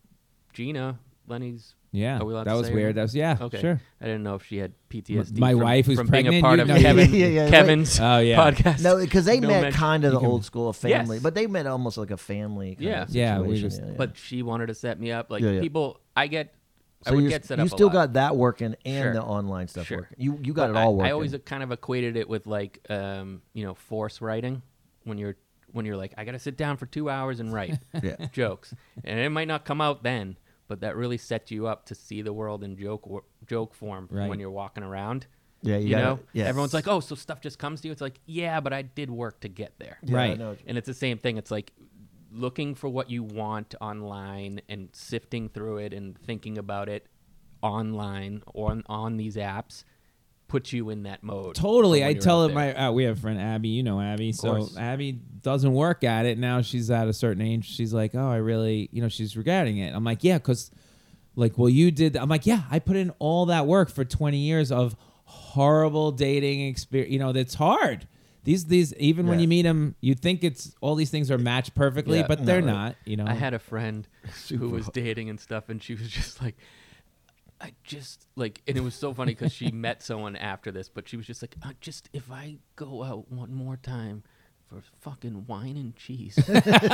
D: Gina, Lenny's.
B: yeah,
D: are we allowed
B: that
D: to
B: was
D: say her
B: weird.
D: name?
B: That was yeah,
D: okay.
B: sure.
D: I didn't know if she had PTSD.
B: my
D: from,
B: wife who's
D: from being
B: pregnant,
D: a part
B: you
D: of
B: know- (laughs)
D: Kevin,
C: Yeah, yeah, yeah.
D: Kevin's
B: Oh, yeah.
D: podcast.
C: no,
D: (laughs)
C: because they met
D: mention.
C: kind of the
B: can-
C: old school of family,
D: Yes.
C: but they met almost like a family. Kind
D: Yeah.
C: of
B: Yeah, we
C: situation.
B: just-
D: But she wanted to set me up. Like
C: Yeah, yeah.
D: people, I get, I
C: So
D: would
C: you're-
D: get set
C: you
D: up.
C: still
D: a lot.
C: got that working and
D: Sure.
C: the online stuff
D: Sure.
C: working. You you got
D: But
C: it all
D: I-
C: working.
D: I always kind of equated it with like, um, you know, force writing when you're when you're like, I got to sit down for two hours and write
C: (laughs) Yeah.
D: (laughs) jokes, and it might not come out then, but that really sets you up to see the world in joke wor- joke form
B: Right.
D: when you're walking around.
C: Yeah, you
D: you,
C: gotta-
D: know,
C: yeah.
D: everyone's like, oh, so stuff just comes to you. It's like, yeah, but I did work to get there.
C: Yeah, I
B: Right.
C: know.
D: And it's the same thing. It's like looking for what you want online and sifting through it and thinking about it online or on, on these apps puts you in that mode.
B: Totally.
D: from
B: I
D: when you're
B: tell
D: out
B: it
D: there.
B: my uh, we have a friend Abby, you know Abby. So
C: course.
B: Abby doesn't work at it now. She's at a certain age. She's like, "Oh, I really, you know, she's regretting it." I'm like, "Yeah, cuz like, well, you did." I'm like, "Yeah, I put in all that work for 20 years of horrible dating experience. You know, that's hard." These these even when
C: Yeah.
B: you meet them, you think it's all these things are matched perfectly,
C: Yeah,
B: but they're
C: no.
B: not, you know.
D: I had a
C: (laughs)
D: friend who was dating and stuff, and she was just like, I just like, and it was so funny because she met someone after this, but she was just like, I just if I go out one more time for fucking wine and
C: (laughs)
D: cheese,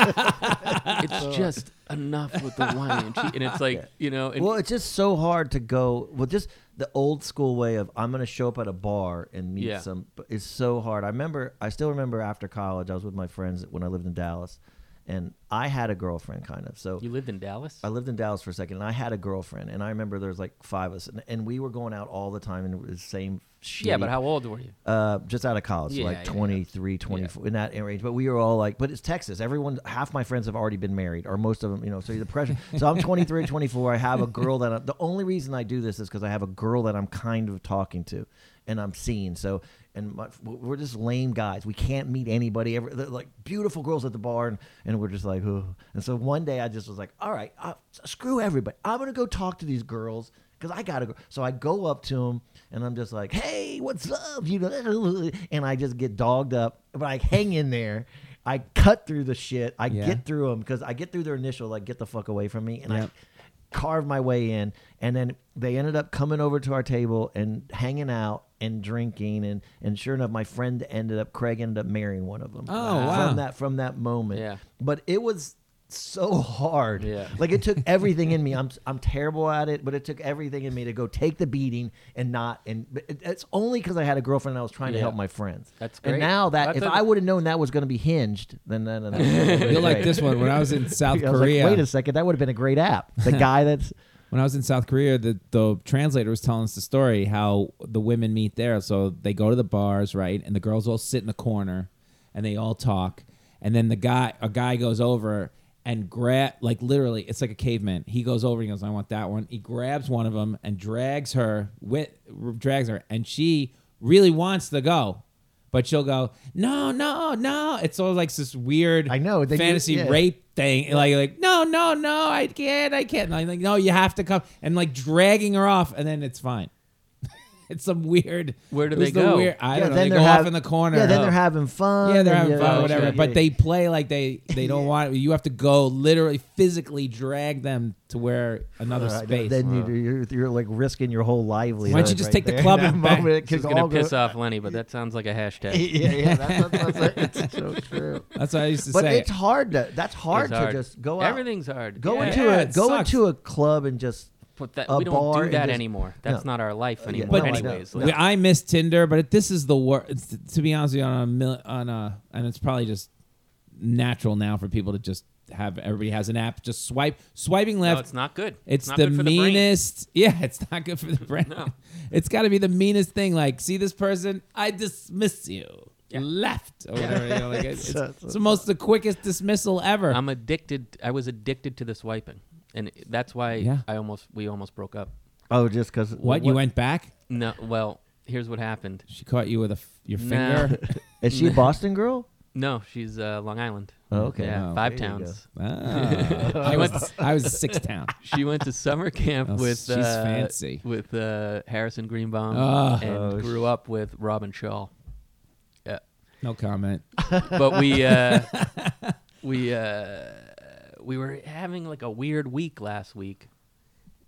C: uh,
D: it's just enough with the wine and cheese, and
C: (laughs)
D: it's like you know, and
C: well, it's just so hard to go. Well, just the old school way of I'm going to show up at a bar and meet
D: Yeah.
C: some is so hard. I remember, I still remember after college, I was with my friends when I lived in Dallas, and I had a girlfriend kind of. So
D: you lived in Dallas.
C: I lived in Dallas for a second, and I had a girlfriend, and I remember there was like five of us, and, and we were going out all the time, and it was the same. Shitty,
D: yeah, but how old were you?
C: uh, just out of college,
D: Yeah, yeah,
C: like
D: yeah.
C: 23, 24, in that range. But we were all like, but it's Texas. Everyone, half my friends have already been married, or most of them, you know, so
D: (laughs)
C: the pressure. so I'm 23, 24. I have a girl that I, the only reason I do this is because I have a girl that I'm kind of talking to and I'm seeing. So and my, we're just lame guys. We can't meet anybody. Ever they're like beautiful girls at the bar, and, and we're just like, oh. And so one day I just was like, all right, uh, screw everybody. I'm gonna go talk to these girls because I gotta go. So I go up to him and I'm just like, hey, what's up? You know, (laughs) and I just get dogged up, but I hang in there. I cut through the shit. I
B: Yeah.
C: get through them because I get through their initial like, get the fuck away from me, and
B: Yep.
C: I carve my way in. And then they ended up coming over to our table and hanging out and drinking and and sure enough, my friend ended up Craig ended up marrying one of them.
B: Oh, wow.
C: From that from that moment.
D: Yeah.
C: But it was so hard.
D: Yeah.
C: Like it took everything in me. I'm I'm terrible at it, but it took everything in me to go take the beating and not and but it, it's only because I had a girlfriend and I was trying to
D: Yeah.
C: help my friends.
D: That's
C: And
D: great.
C: now that
D: That's
C: if
D: a-
C: I would have known that was going to be hinged, then then, then, then
B: You're like this
C: (laughs)
B: one. When I was in South
C: I was like,
B: Korea,
C: Wait a second, that would have been a great app.
B: (laughs)
C: The guy that's
B: when I was in South Korea, the, the translator was telling us the story how the women meet there. So they go to the bars, right? And the girls all sit in the corner and they all talk. And then the guy, a guy goes over and grab, like literally, it's like a caveman. He goes over and he goes, I want that one. He grabs one of them and drags her, with, drags her. And she really wants to go. But she'll go, no, no, no. It's all like this weird
C: I know, they do-
B: fantasy
C: yeah.
B: rape thing. And, Like, like, no, no, no, I can't, I can't. And I'm like, no, you have to come. And like dragging her off, and then it's fine. (laughs) it's some weird.
D: Where do
B: it was
D: they
B: the
D: go?
B: Weird, I
C: yeah,
B: don't know.
C: then
B: They
C: they're
B: go
C: hav-
B: off in the corner.
C: Yeah, then
B: Oh.
C: they're having fun.
B: Yeah, they're having
C: and,
B: fun,
C: yeah,
B: or whatever.
C: yeah,
B: but
C: yeah.
B: they play like they they don't want. You have to go literally physically drag them to where another
C: Right,
B: space.
C: Then you, you're, you're like risking your whole livelihood.
B: Why don't you just
C: right
B: take the
C: there in
B: club
C: (laughs) that
B: and back-
C: moment. It
D: This is
C: could
D: gonna
C: all go-
D: piss off Lenny, but that sounds like a (laughs) hashtag.
C: yeah, yeah, that's, that's, that's, it's (laughs) so true.
B: That's what I used to
C: But
B: say.
C: it's hard to. That's hard,
D: It's hard.
C: to just go out.
D: Everything's hard.
C: Go
D: Yeah.
C: into
B: Yeah,
C: a
B: it
C: go
B: sucks.
C: into a club and just.
D: But that,
C: a
D: we don't
C: bar
D: do
C: and
D: that
C: just-
D: anymore. That's
C: No.
D: not our life
C: yeah,
D: anymore.
C: no,
B: I know.
D: anyways,
C: No.
D: like-
B: We- I miss Tinder, but it, this is the worst. To be honest with you, on a mil- on a, and it's probably just natural now for people to just have everybody has an app. Just swipe, swiping
D: no,
B: left.
D: it's not good.
B: It's
D: not
B: the
D: good for the brain.
B: meanest. yeah, it's not good for
D: (laughs)
B: the brain. It's got to be the meanest thing. Like, see this person, I dismiss you. Left or whatever. you know,
D: (laughs)
B: like, it's, it's, the most the quickest dismissal ever.
D: I'm addicted. I was addicted to the swiping, and it- that's why
B: Yeah.
D: I almost we almost broke up.
C: Oh, just because
B: what, you went back?
D: No, well, here's what happened.
B: She caught you with a f- your
D: Nah. (laughs)
B: finger.
C: Is she a Boston girl?
D: No, she's uh, Long Island.
C: Oh, okay.
D: yeah,
B: Oh,
D: five
C: there you go.
D: towns.
B: Ah. I was I was six town.
D: She went to
B: (laughs)
D: summer camp
B: Oh,
D: with
B: she's
D: uh,
B: fancy.
D: with uh, Harrison Greenbaum
B: Ah.
D: and
C: Oh,
D: grew up with Robin Shaw. Yeah,
B: No comment.
D: but we uh,
B: (laughs)
D: we uh, we were having like a weird week last week,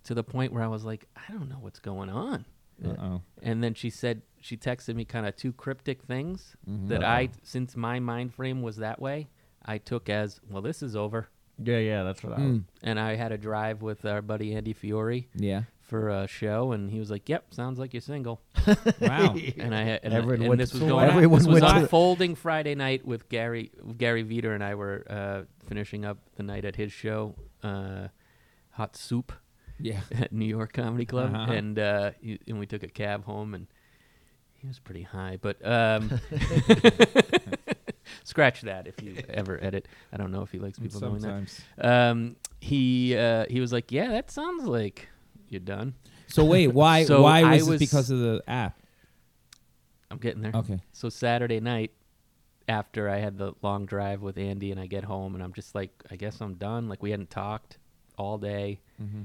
D: to the point where I was like, I don't know what's going on.
B: Uh-oh.
D: And then she said she texted me kind of two cryptic things
C: Mm-hmm.
D: that
C: Uh-huh.
D: I, since my mind frame was that way, I took as well. This is over,
C: Yeah, yeah, that's
D: Mm.
C: what I.
D: and I had a drive with our buddy Andy Fiore
B: Yeah.
D: for a show, and he was like, "Yep, sounds like you're single."
B: Wow. (laughs)
D: and I had, and,
C: Everyone
D: and
C: went
D: this
C: to-
D: was
C: so
D: going
C: everyone
D: this was
C: went to the-
D: unfolding Friday night with Gary Gary Veter and I were uh, finishing up the night at his show, uh, Hot Soup
B: yeah.
D: at (laughs) New York Comedy Club,
B: Uh-huh.
D: and uh, he, and we took a cab home, and he was pretty high.
B: (laughs)
D: But um, (laughs) scratch that if you ever edit. I don't know if he likes people doing
B: Sometimes.
D: that. Um, he uh, he was like, "Yeah, that sounds like you're done."
B: So wait, why
D: So
B: why
D: I
B: was,
D: was-
B: this because of the app?
D: I'm getting there.
B: Okay.
D: So Saturday night, after I had the long drive with Andy, and I get home, and I'm just like, I guess I'm done. Like we hadn't talked all day.
B: Mm-hmm.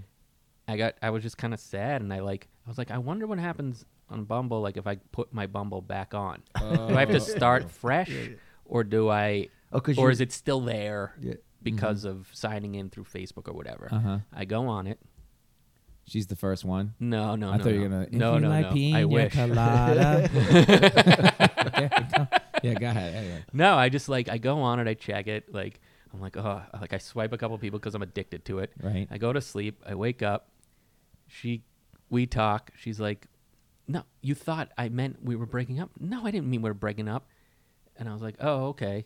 D: I got, I was just kind of sad, and I like, I was like, I wonder what happens on Bumble. Like if I put my Bumble back on, do I have
B: Oh.
D: to
B: (laughs)
D: start fresh, or do I,
C: Oh, 'cause
D: or
C: you-
D: is it still there
C: Yeah.
D: because of signing in through Facebook or whatever?
B: Mm-hmm. Uh-huh.
D: I go on it.
B: She's the first one.
D: No, no,
B: I
D: no,
B: thought you
D: no.
B: were gonna.
D: no,
B: if you
D: no,
B: like
D: no. I
B: Pina
D: wish. (laughs)
B: colada. (laughs) Okay, go- yeah, go ahead. Anyway.
D: No, I just like I go on it, I check it, like I'm like, oh, like I swipe a couple people because I'm addicted to it.
B: Right.
D: I go to sleep, I wake up, she, we talk. She's like, no, you thought I meant we were breaking up. No, I didn't mean we were breaking up. And I was like, oh, okay.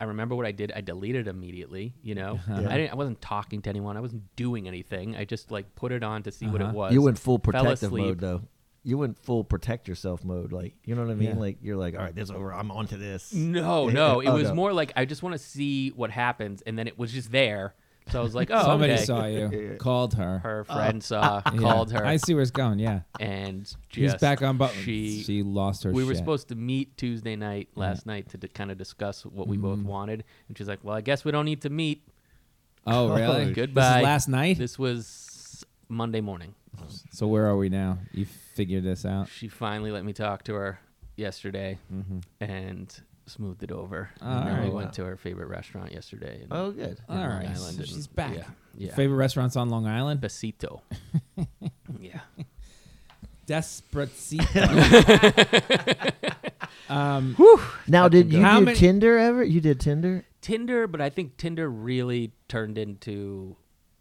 D: I remember what I did. I deleted immediately. You know,
C: Uh-huh.
D: I didn't. I wasn't talking to anyone. I wasn't doing anything. I just like put it on to see what it
B: Uh-huh.
D: was.
C: You went full
D: Fell
C: protective
D: asleep.
C: mode though. You went full protect yourself mode, like you know what I
B: Yeah.
C: mean. Like you're like, all right, this is over. I'm onto this.
D: No,
C: Yeah,
D: no.
C: yeah.
D: It
C: Oh,
D: was
C: no.
D: more like I just want to see what happens, and then it was just there. So I was like, oh,
B: Somebody
D: okay.
B: saw
D: (laughs)
B: you, called her,
D: Her friend saw,
B: Yeah.
D: called her,
B: I see where it's going. Yeah,
D: and just
B: he's back on. But
D: she,
B: she lost her.
D: we were
B: shit.
D: supposed to meet Tuesday night last night to d- kind of discuss what we
B: Mm-hmm.
D: both wanted, and she's like, well, I guess we don't need to meet.
B: Oh, really? This is
D: Goodbye.
B: last night.
D: This was Monday morning.
B: so where are we now? You figured this out.
D: She finally let me talk to her yesterday,
B: Mm-hmm.
D: and smoothed it over. and then
B: Alright.
D: we went to her favorite restaurant yesterday. and-
C: Oh,
D: in
C: good.
B: All
D: Long
B: right,
D: Island
B: so
D: and-
B: she's back.
D: Yeah, yeah.
B: Favorite restaurants on Long Island?
D: Besito. (laughs) yeah. (laughs)
B: Despacito.
C: Now, did you
B: How
C: do
B: many-
C: Tinder ever? You did Tinder?
D: Tinder, but I think Tinder really turned into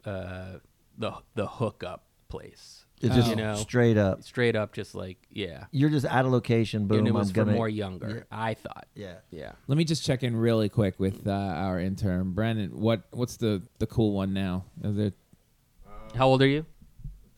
D: uh, the the hookup place.
B: Oh.
C: It's just
D: you know,
C: straight up.
D: straight up, just like yeah.
C: You're just at a location. Boom.
D: and it was
C: I'm
D: for
C: gonna,
D: more younger. I thought.
C: Yeah.
D: Yeah.
B: Let me just check in really quick with uh, our intern, Brandon. What what's the the cool one now? Is there
D: How old are you?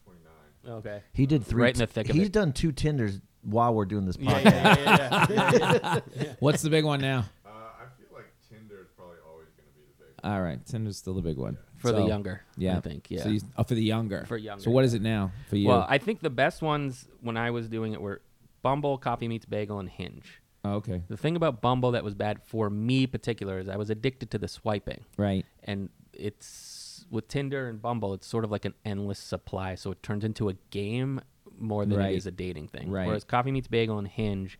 D: Twenty nine. Okay.
C: He did three.
D: Right in the thick of
C: He's
D: it.
C: done two Tinders while we're doing this podcast.
B: (laughs) What's the big one
E: (laughs)
B: now?
E: Uh, I feel like Tinder is probably always going to be the big.
B: All right, Tinder's still the big one
D: For the
B: So,
D: younger.
B: Yeah,
D: I think. Yeah.
B: So you, oh, for the younger.
D: For younger,
B: So what is it now for you?
D: well, I think the best ones when I was doing it were Bumble, Copy Meets Bagel, and Hinge.
B: oh, okay.
D: The thing about Bumble that was bad for me particular is I was addicted to the swiping.
B: Right.
D: and it's with Tinder and Bumble, it's sort of like an endless supply. So it turns into a game more than
B: Right.
D: it is a dating thing.
B: Right.
D: Whereas Coffee Meets Bagel and Hinge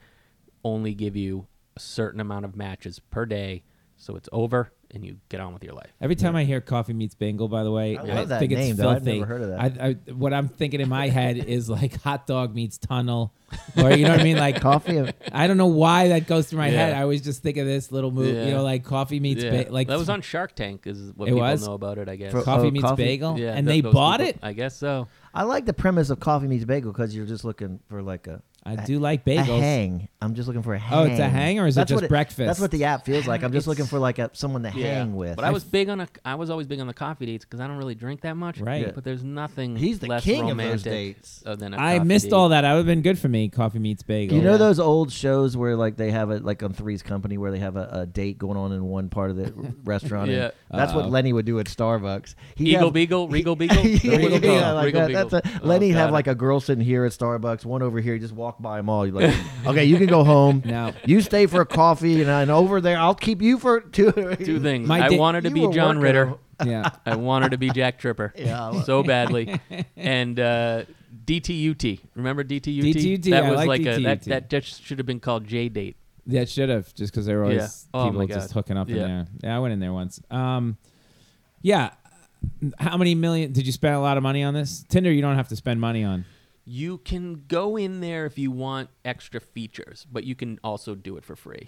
D: only give you a certain amount of matches per day, so it's over and you get on with your life.
B: Every time I hear coffee meets bagel, by the way, I,
C: love that
B: think
C: name,
B: it's
C: though.
B: filthy.
C: I've never heard of that.
B: I, I, what I'm thinking in my head is like hot dog meets tunnel, or you know what I mean, like
C: Coffee. and-
B: I don't know why that goes through my
D: Yeah.
B: head. I always just think of this little movie, you
D: Yeah.
B: know, like coffee meets ba- like
D: that was on Shark Tank, is what
B: It
D: people
B: was?
D: know about it, I guess.
C: For-
B: coffee
C: Oh,
B: meets
C: Coffee-
B: bagel,
D: yeah,
B: and
D: th-
B: they
D: those
B: bought
D: people-
B: it.
D: I guess so.
C: I like the premise of coffee meets bagel because you're just looking for like a.
B: I
C: a-
B: do like
C: A
B: bagels.
C: hang. I'm just looking for a hang.
B: Oh, it's a hang or is it
C: That's what
B: just breakfast?
C: That's what the app feels like. I'm just looking for like a, someone to hang with.
D: But I was big on a. I was always big on the coffee dates because I don't really drink that much.
B: Right. Yeah.
D: But there's nothing.
C: He's the
D: less
C: king of those
D: romantic
C: dates.
D: uh, Than a
B: I
D: coffee
B: missed
D: date.
B: all that. I would have been good for me. Coffee meets bagel.
C: You know
D: Yeah.
C: those old shows where like they have it like on Three's Company where they have a, a date going on in one part
D: (laughs)
C: of the r- restaurant. and
D: Yeah.
C: that's
B: Uh-oh.
C: what Lenny would do at Starbucks. He'd
D: Eagle
C: have-
D: Beagle,
C: (laughs)
D: Regal Beagle,
C: yeah,
D: Regal Beagle,
C: yeah, like
D: Regal
C: that.
D: Beagle.
C: That's a,
D: Oh,
C: Lenny have
D: God.
C: like a girl sitting here at Starbucks, one over here. Just walk by them all. You're
D: (laughs)
C: like, okay, you can
B: (laughs)
C: go home.
B: No.
C: you stay for a coffee, and, and over there, I'll keep you for (laughs) two.
D: two things.
B: My
D: I
B: da-
D: wanted to
C: You
D: be
C: were
D: John
C: working
D: Ritter.
C: on- (laughs)
B: yeah.
D: I wanted to be Jack Tripper.
B: (laughs)
C: Yeah, I love-
D: so badly. And uh, DTUT. Remember DTUT?
B: DTUT,
D: That
B: I
D: was
B: like
D: like, a that
B: DTUT.
D: that just should have been called J date.
B: That should have just because they were always
D: Yeah. Oh,
B: people
D: my
B: just
D: God.
B: hooking up in
D: Yeah.
B: there. Yeah, I went in there once. Um, yeah. How many million did you spend? A lot of money on this Tinder. You don't have to spend money on.
D: You can go in there if you want extra features, but you can also do it for free.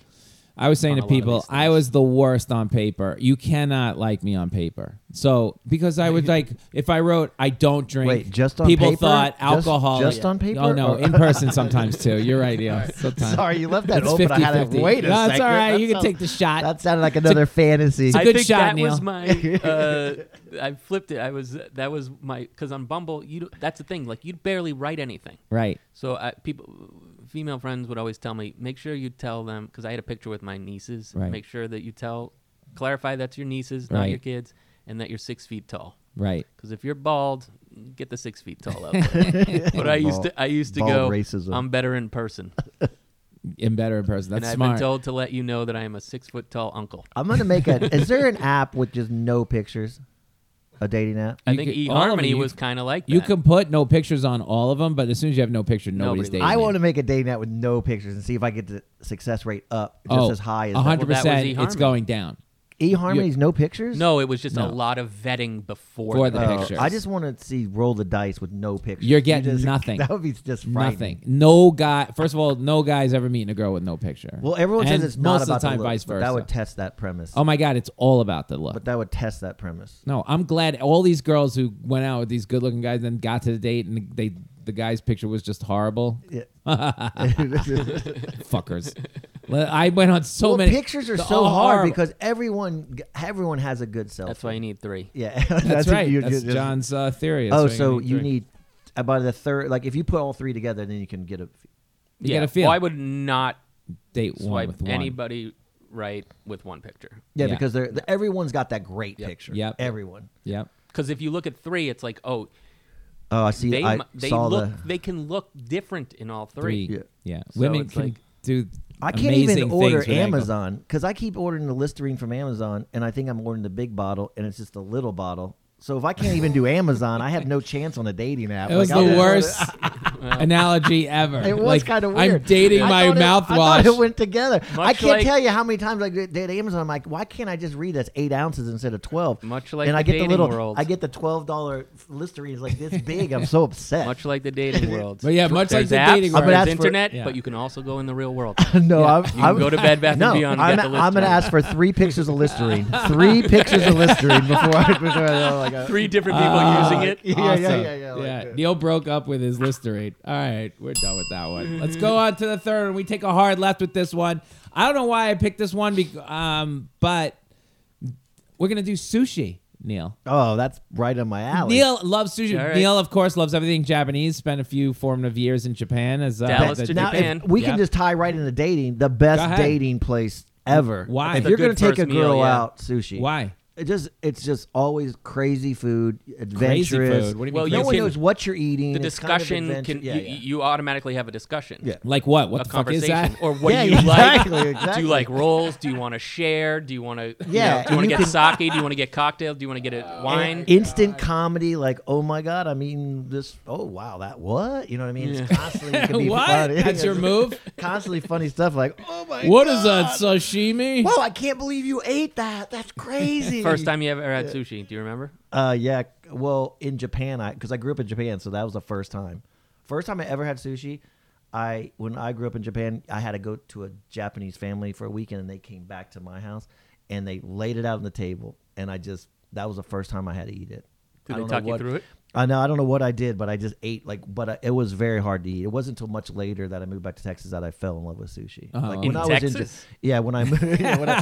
B: I was saying
D: on
B: to
D: a lot of
B: people,
D: these
B: I
D: things.
B: was the worst on paper. You cannot like me on paper. So because I was like, if I wrote, I don't drink.
C: Wait, just on
B: people
C: paper?
B: thought
C: Just-
B: alcohol.
C: just on paper?
B: Oh no,
C: Or- (laughs)
B: in person sometimes too. You're right, yeah. Sometimes.
C: Sorry, you left that
B: It's
C: open. I had to
B: 50-50.
C: wait a
B: No,
C: second.
B: it's all right.
C: That
B: You can
C: sounds-
B: take the shot.
C: That sounded like another fantasy.
B: it's a
D: I
B: good
D: think
B: shot,
D: that
B: Neil.
D: was my. Uh, I flipped it. I was that was my because on Bumble you don't- that's the thing like you'd barely write anything.
B: Right.
D: So I, people, female friends would always tell me, make sure you tell them because I had a picture with my nieces.
B: Right.
D: Make sure that you tell, clarify that's your nieces, not your
B: Right.
D: kids, and that you're six feet tall.
B: Right.
D: Because if you're bald, get the six
B: (laughs)
D: feet tall up. but I used
C: Bald-
D: to, I used to
C: bald
D: go,
C: racism.
D: I'm better in person,
B: And better in person.
D: and
B: (laughs) That's
D: I've
B: smart.
D: been told to let you know that I am a six foot tall uncle.
C: I'm gonna make a. Is there an app with just no pictures? A dating app?
D: I
B: You
D: think
B: could- all of them,
D: eHarmony
B: you
D: was
B: c-
D: kind of like that.
B: you can put no pictures on all of them, but as soon as you have no picture, nobody's
D: Nobody-
B: dating.
C: I
B: you.
C: want to make a dating app with no pictures and see if I get the success rate up just
B: oh,
C: as high as
B: a
C: that.
B: hundred
D: Well, that was E
B: percent. It's
D: eHarmony.
B: going down.
C: eHarmony's no pictures.
D: No, it was just
B: No.
D: a lot of vetting before
B: For
D: the
B: the
C: Oh,
B: pictures.
C: I just want to see roll the dice with no pictures.
B: You're
C: You
B: getting
C: just- (laughs)
B: nothing.
C: That would be just frightening.
B: Nothing. No guy. First of all, no guy's ever meeting a girl with no picture.
C: Well, everyone
B: And
C: says it's not
B: most
C: about
B: of the time,
C: look,
B: vice
C: but
B: versa.
C: That would test that premise.
B: oh my god, it's all about the look.
C: But that would test
B: (laughs)
C: that premise. (laughs)
B: no, I'm glad all these girls who went out with these good-looking guys and got to the date and they the guy's picture was just horrible.
C: Yeah.
B: Fuckers. Well, I went on so
C: well,
B: many
C: pictures are
B: the-
C: so
B: all
C: hard
B: horrible.
C: because everyone everyone has a good selfie.
D: That's why you need three.
C: Yeah, (laughs)
B: that's,
C: what
B: right.
C: you-
B: that's
C: you-
B: John's uh, theory. That's
C: Oh,
B: what
C: so you
B: three.
C: need about the third. Like if you put all three together, then you can get a.
B: you
D: yeah.
B: gotta feel.
D: Well, I would not
B: date one
D: swipe
B: with one.
D: anybody right with one picture.
C: Yeah,
B: Yeah.
C: because they're, the- everyone's got that great
D: Yep.
C: picture.
B: Yep.
C: Everyone.
B: Yep.
D: Because if you look at three, it's like, oh,
C: Oh, I see.
D: they
C: I
D: mu- they
C: saw
D: look
C: the.
D: they can look different in all three.
B: Three. Yeah.
D: So
B: Women
D: it's
B: can
D: like-
B: do.
C: I can't
B: amazing
C: even order
B: things with ankle-
C: Amazon because I keep ordering the Listerine from Amazon, and I think I'm ordering the big bottle, and it's just a little bottle. So if I can't even do Amazon, I have no chance on a dating app.
B: It was
C: Like, I'll
B: the
C: just-
B: worst
C: (laughs)
B: analogy ever.
C: It was
B: Like,
C: kind of weird.
B: I'm dating
C: I
B: my
C: thought it-
B: mouthwash.
C: I thought it went together. I
D: Much
C: can't
D: like-
C: tell you how many times I did at Amazon. I'm like, why can't I just read that's eight ounces instead of twelve?
D: Much like
C: and I
D: the
C: get the
D: dating
C: little,
D: world.
C: I get the twelve dollar Listerine is like this big. I'm so upset.
D: Much like
B: (laughs)
D: the dating world.
B: But yeah, much like
D: There's
B: the
D: apps,
B: dating
C: I'm gonna
D: there's
C: ask for-
D: internet,
B: Yeah.
D: but you can also go in the real
C: (laughs)
D: world.
C: (laughs) no, I'm,
D: You can
C: I'm,
D: go to Bed Bath
C: (laughs) no,
D: and Beyond. and
C: I'm,
D: get the
C: I'm gonna
D: Listerine.
C: ask for three pictures
D: (laughs)
C: of Listerine. three pictures of Listerine before I. Before I oh my God.
D: three different people
B: Uh,
D: using it.
C: (laughs) Yeah,
B: Awesome.
C: yeah, yeah, yeah, like that.
B: Neil broke up with his Listerine. All right, we're done with that one. Let's go on to the third one. We take a hard left with this one. I don't know why I picked this one, bec- um, but we're gonna do sushi, Neil.
C: Oh, that's right on my alley.
B: Neil loves sushi.
D: All right.
B: Neil, of course, loves everything Japanese. Spent a few formative years in Japan as uh,
D: Dallas
B: the-
D: to
C: now,
D: Japan.
C: if we
B: Yeah.
C: can just tie right into dating. The
B: Go
C: best
B: ahead.
C: dating place ever.
B: Why?
C: If
B: It's a
C: you're
D: good
C: gonna take
D: first
C: a girl
D: meal, yeah.
C: out, sushi.
B: Why?
C: It just it's just always crazy food, adventurous.
B: Crazy food. What do you mean?
D: Well,
B: crazy
C: no
D: you
C: one
D: can-
C: knows what you're eating.
D: The
C: It's kind of
D: discussion
C: adventure-
D: can
C: yeah,
D: you,
C: yeah.
D: you automatically have a discussion.
C: Yeah.
B: Like what? What
D: a
B: the fuck is
D: conversation
B: that?
D: or what
C: Yeah,
D: do you
C: exactly,
D: like? Do
C: exactly.
D: you like rolls? Do you want to share? Do you want to
C: Yeah,
D: yeah? do you want
C: you
D: to get
C: can-
D: sake? Do you want to get cocktail? Do you want to get
C: (laughs)
D: a wine?
C: Instant comedy, like oh my god, I'm eating this. Oh wow, that what? You know what I mean? It's constantly it can
B: (laughs)
C: be
B: What?
C: funny.
B: That's your move?
C: (laughs) Constantly funny stuff like oh my.
B: What
C: god.
B: is that sashimi?
C: Whoa, I can't believe you ate that. That's crazy.
D: First time you ever had sushi? Do you remember?
C: Uh, yeah. Well, in Japan, I because I grew up in Japan, so that was the first time. First time I ever had sushi. I when I grew up in Japan, I had to go to a Japanese family for a weekend, and they came back to my house, and they laid it out on the table, and I just that was the first time I had to eat it.
D: Did they
C: I don't know
D: talk you
C: what-
D: through it?
C: I know I don't know what I did, but I just ate like, but I, it was very hard to eat. It wasn't until much later that I moved back to Texas that I fell in love with sushi.
B: Uh-huh.
C: Like
D: In Texas?
C: yeah, when I moved, (laughs) yeah, when I,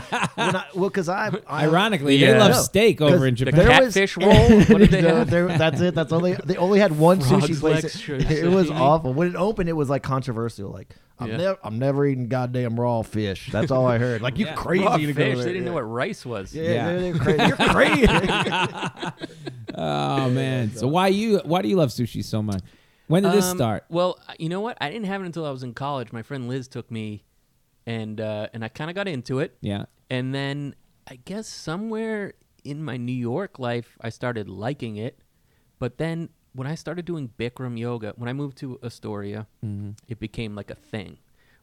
B: (laughs)
C: when I, well, because I, I
B: Ironically, they
D: Yeah.
B: love
D: No,
B: steak
C: 'cause
B: over in
D: The
B: Japan.
C: There was- (laughs)
D: catfish roll. What did they
C: No,
D: have?
C: there- that's it. That's only they only had one
D: Frog's
C: sushi place.
D: legs
C: (laughs) It,
D: sushi.
C: was awful. When it opened, it was like controversial. Like I'm,
D: Yeah.
C: never, I'm never eating goddamn raw fish. That's all I heard. Like you
B: Yeah.
C: crazy
D: Raw
C: to
D: fish.
C: go
D: They
C: there.
D: didn't
C: yeah.
D: know what rice was.
C: Yeah,
B: Yeah.
C: They're, they're crazy.
B: (laughs)
C: You're crazy. (laughs)
B: Oh man! So why you why do you love sushi so much? When did this
D: Um,
B: start?
D: Well, you know what? I didn't have it until I was in college. My friend Liz took me, and uh, and I kind of got into it.
B: Yeah.
D: And then I guess somewhere in my New York life, I started liking it. But then when I started doing Bikram yoga, when I moved to Astoria,
C: Mm-hmm.
D: it became like a thing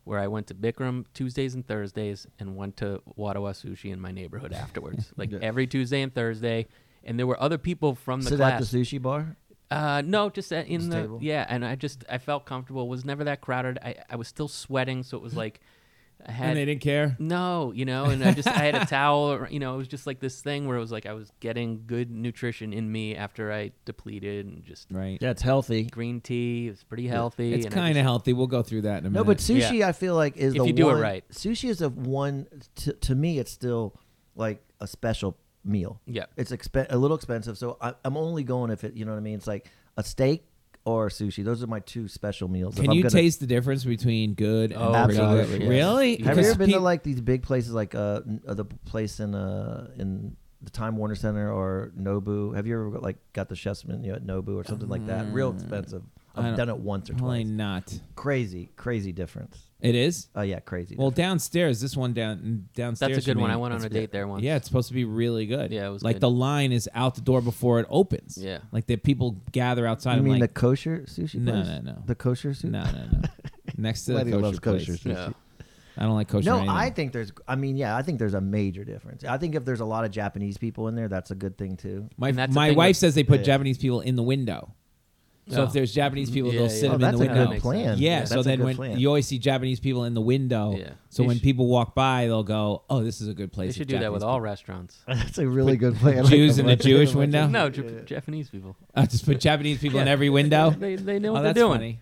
D: where I went to Bikram Tuesdays and Thursdays and went to Wadawa Sushi in my neighborhood
C: (laughs)
D: afterwards. like every Tuesday and Thursday. And there were other people from the
C: Sit at
D: class.
C: the sushi bar.
D: Uh, no, just at, in
C: Just
D: the
C: table?
D: yeah, and I just I felt comfortable. It was never that crowded. I I was still sweating, so it
B: (laughs)
D: was like I had
B: and they didn't care.
D: no, you know, and I just I had a towel. Or, you know, it was just like this thing where it was like I was getting good nutrition in me after I depleted and just
B: Right.
C: Yeah, it's healthy.
D: green tea. It was pretty healthy.
B: It's
D: and I
B: kind of
D: just-
B: healthy. We'll go through that in a minute.
C: No, but sushi, I feel like is
D: Mm-hmm. If
C: the
D: you do it
C: one.
D: right.
C: Sushi is the one. To, to me, it's still like a special meal.
D: Yeah.
C: it's exp- a little expensive, so I, I'm only going if it. You know what I mean? It's like a steak or sushi. Those are my two special meals. If
B: can
C: I'm
B: you
C: gonna-
B: taste the difference between good and
D: Oh,
B: pretty good?
C: (laughs) absolutely, yes.
B: Really?
C: Have you
B: Because
C: ever been to
B: peop-
C: like these big places, like uh, n- uh the place in uh in the Time Warner Center or Nobu? Have you ever like got the chef's menu at Nobu or something like that? Real expensive.
B: Mm. I don't-
C: I've done it once or
B: Probably
C: twice.
B: not.
C: Crazy, crazy difference.
B: It is.
C: Oh yeah, crazy.
B: Well,
C: difference.
B: downstairs, this one down downstairs.
D: That's a
B: for
D: good one.
B: me,
D: I went on
B: it's
D: a
B: good.
D: date there once.
B: Yeah, it's supposed to be really good.
D: Yeah, it was
B: like
D: good.
B: the line is out the door before it opens.
D: Yeah.
B: like the people gather outside.
C: You
B: I'm
C: mean
B: like,
C: the kosher sushi?
B: No,
C: place?
B: no, no.
C: The kosher sushi.
B: no, no,
C: (laughs)
B: no. Next to the
C: Lenny
B: kosher
C: loves
B: place.
C: kosher sushi.
D: Yeah.
B: I don't like kosher.
C: No,
B: anything.
C: I think there's. I mean, yeah, I think there's a major difference. I think if there's a lot of Japanese people in there, that's a good thing too.
B: My,
D: And that's the
B: my
D: thing
B: wife
D: with-
B: says they put
C: Yeah.
B: Japanese people in the window. So
D: Oh.
B: if there's Japanese people,
D: Yeah,
B: they'll
D: yeah.
B: sit
D: Oh,
B: them in
C: that's
B: the
C: a
B: window.
C: good
D: makes
C: plan.
D: sense.
B: Yeah.
C: that's
B: so
C: a
B: then
C: good
B: when
C: plan.
B: you always see Japanese people in the window.
D: Yeah.
B: So
D: They
B: when
D: should-
B: people walk by, they'll go, "Oh, this is a good place."
D: They
B: with
D: should do that
B: Japanese
D: with
B: (laughs)
D: all restaurants.
C: (laughs) that's a really good plan.
B: Jews in the Jewish window? (laughs)
D: No, Jap- Japanese people.
B: people. Uh, just put Japanese people in every window.
D: (laughs) They they know
B: oh,
D: what
B: that's
D: they're doing.
B: funny.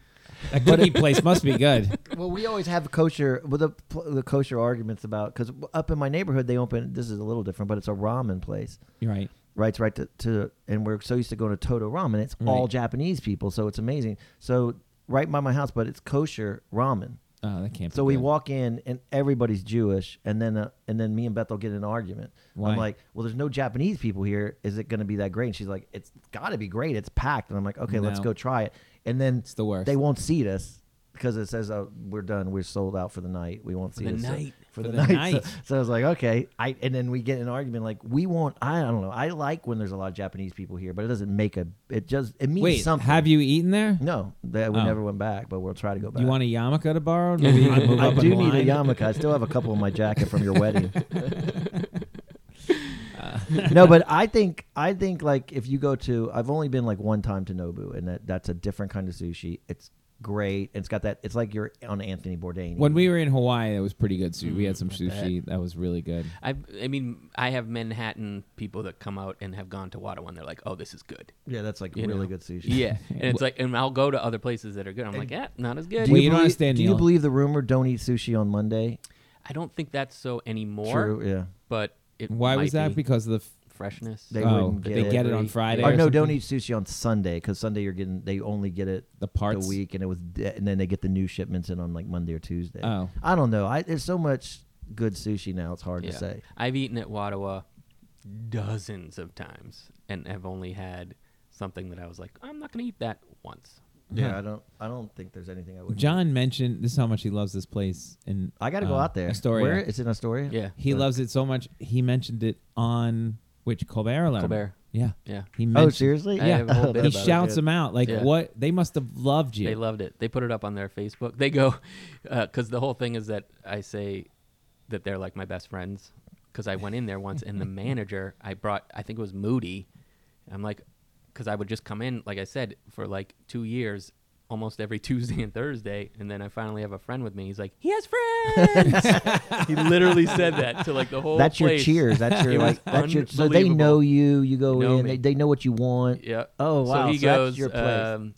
B: That
D: (laughs)
B: cookie place must be good.
C: Well, we always have kosher. Well, the pl- the kosher arguments about because up in my neighborhood they open. This is a little different, but it's a ramen place.
B: You're right.
C: Right, it's right to, to and we're so used to going to Toto Ramen. It's all
B: Right.
C: Japanese people, so it's amazing. So right by my house, but it's kosher ramen.
B: Oh, that can't.
C: So
B: be
C: we
B: good.
C: walk in and everybody's Jewish, and then uh, and then me and Bethel get in an argument.
B: Why?
C: I'm like, well, there's no Japanese people here. Is it going to be that great? And she's like, it's got to be great. It's packed. And I'm like, okay, let's
B: No.
C: go try it. And then it's
B: the worst.
C: They won't seat us because it says uh, we're done. We're sold out for the night. We won't see
D: the
C: us So-
D: night.
C: for,
B: For
C: the,
B: the
C: night. (laughs) So-
B: night.
C: So, (laughs) I was like, okay. I and then we get in an argument like we won't. I don't know. I like when there's a lot of Japanese people here, but it doesn't make a. It just it means
B: Wait,
C: something.
B: have you eaten there?
C: No, that we
B: Oh.
C: never went back, but we'll try to go back.
B: You want a yarmulke to borrow? Maybe you can move
C: (laughs) I
B: up in
C: do need a
B: line?
C: yarmulke. I still have a couple in my
B: (laughs)
C: jacket from your wedding.
B: Uh,
C: no, but I think I think like if you go to I've only been like one time to Nobu and that, that's a different kind of sushi. It's great. It's got that it's like you're on Anthony Bourdain.
B: When we were in Hawaii, it was pretty good sushi. We had
C: Mm,
B: some sushi that was really good.
D: I, I mean, I have Manhattan people that come out and have gone to Wadawan. They're like, oh, this is good.
C: Yeah, that's like
D: you
C: really
D: know.
C: good sushi. (laughs)
D: Yeah, and it's like, and I'll go to other places that are good. I'm like, yeah, not as good.
C: Do
B: Well,
C: you,
B: you don't
C: believe,
B: understand,
C: do you
B: Neil.
C: believe the rumor don't eat sushi on Monday?
D: I don't think that's so anymore.
C: True, yeah.
D: But it
B: Why
D: might
B: was that?
D: Be
B: Because of the f-
D: freshness.
C: They
B: Oh,
C: wouldn't
B: they
C: get it.
B: get it on Friday.
C: Or,
B: or
C: no, don't
B: something?
C: eat sushi on Sunday because Sunday you're getting they only get it
B: The parts?
C: the week and it was and then they get the new shipments in on like Monday or Tuesday.
B: Oh.
C: I don't know. I there's so much good sushi now. It's hard
D: Yeah.
C: to say.
D: I've eaten at Wadawa dozens of times and have only had something that I was like, I'm not going to eat that once.
C: Yeah, I don't. I don't think there's anything I would.
B: John mentioned this is how much he loves this place, and
C: I got to go
B: um,
C: out there.
B: Astoria.
C: Where it's in Astoria.
D: Yeah.
B: He
C: Uh,
B: loves it so much. He mentioned it on which Colbert Alarm.
D: Colbert.
B: Yeah.
D: Yeah.
B: He
C: Oh,
B: mentioned,
C: seriously?
D: I
B: Yeah.
D: have a whole bit
B: He
D: about it.
B: shouts them out like
D: Yeah.
B: what they must have loved you.
D: They loved it. They put it up on their Facebook. They go, (laughs) because the whole thing is that I say that they're like my best friends. Because I went in there once
C: (laughs)
D: and the manager, I brought, I think it was Moody. I'm like, because I would just come in, like I said, for like two years, almost every (laughs) Tuesday and Thursday. And then I finally have a friend with me. He's like, he has friends.
C: (laughs)
D: he literally said that to like the whole
C: That's your
D: place.
C: cheers. That's
D: (laughs) It
C: your
D: was
C: like. That's your. So they know
D: unbelievable.
C: you. You go
D: Know
C: in.
D: me.
C: They, they know what you want.
D: Yeah.
C: Oh wow.
D: So he
C: that's
D: goes,
C: your place.
D: um,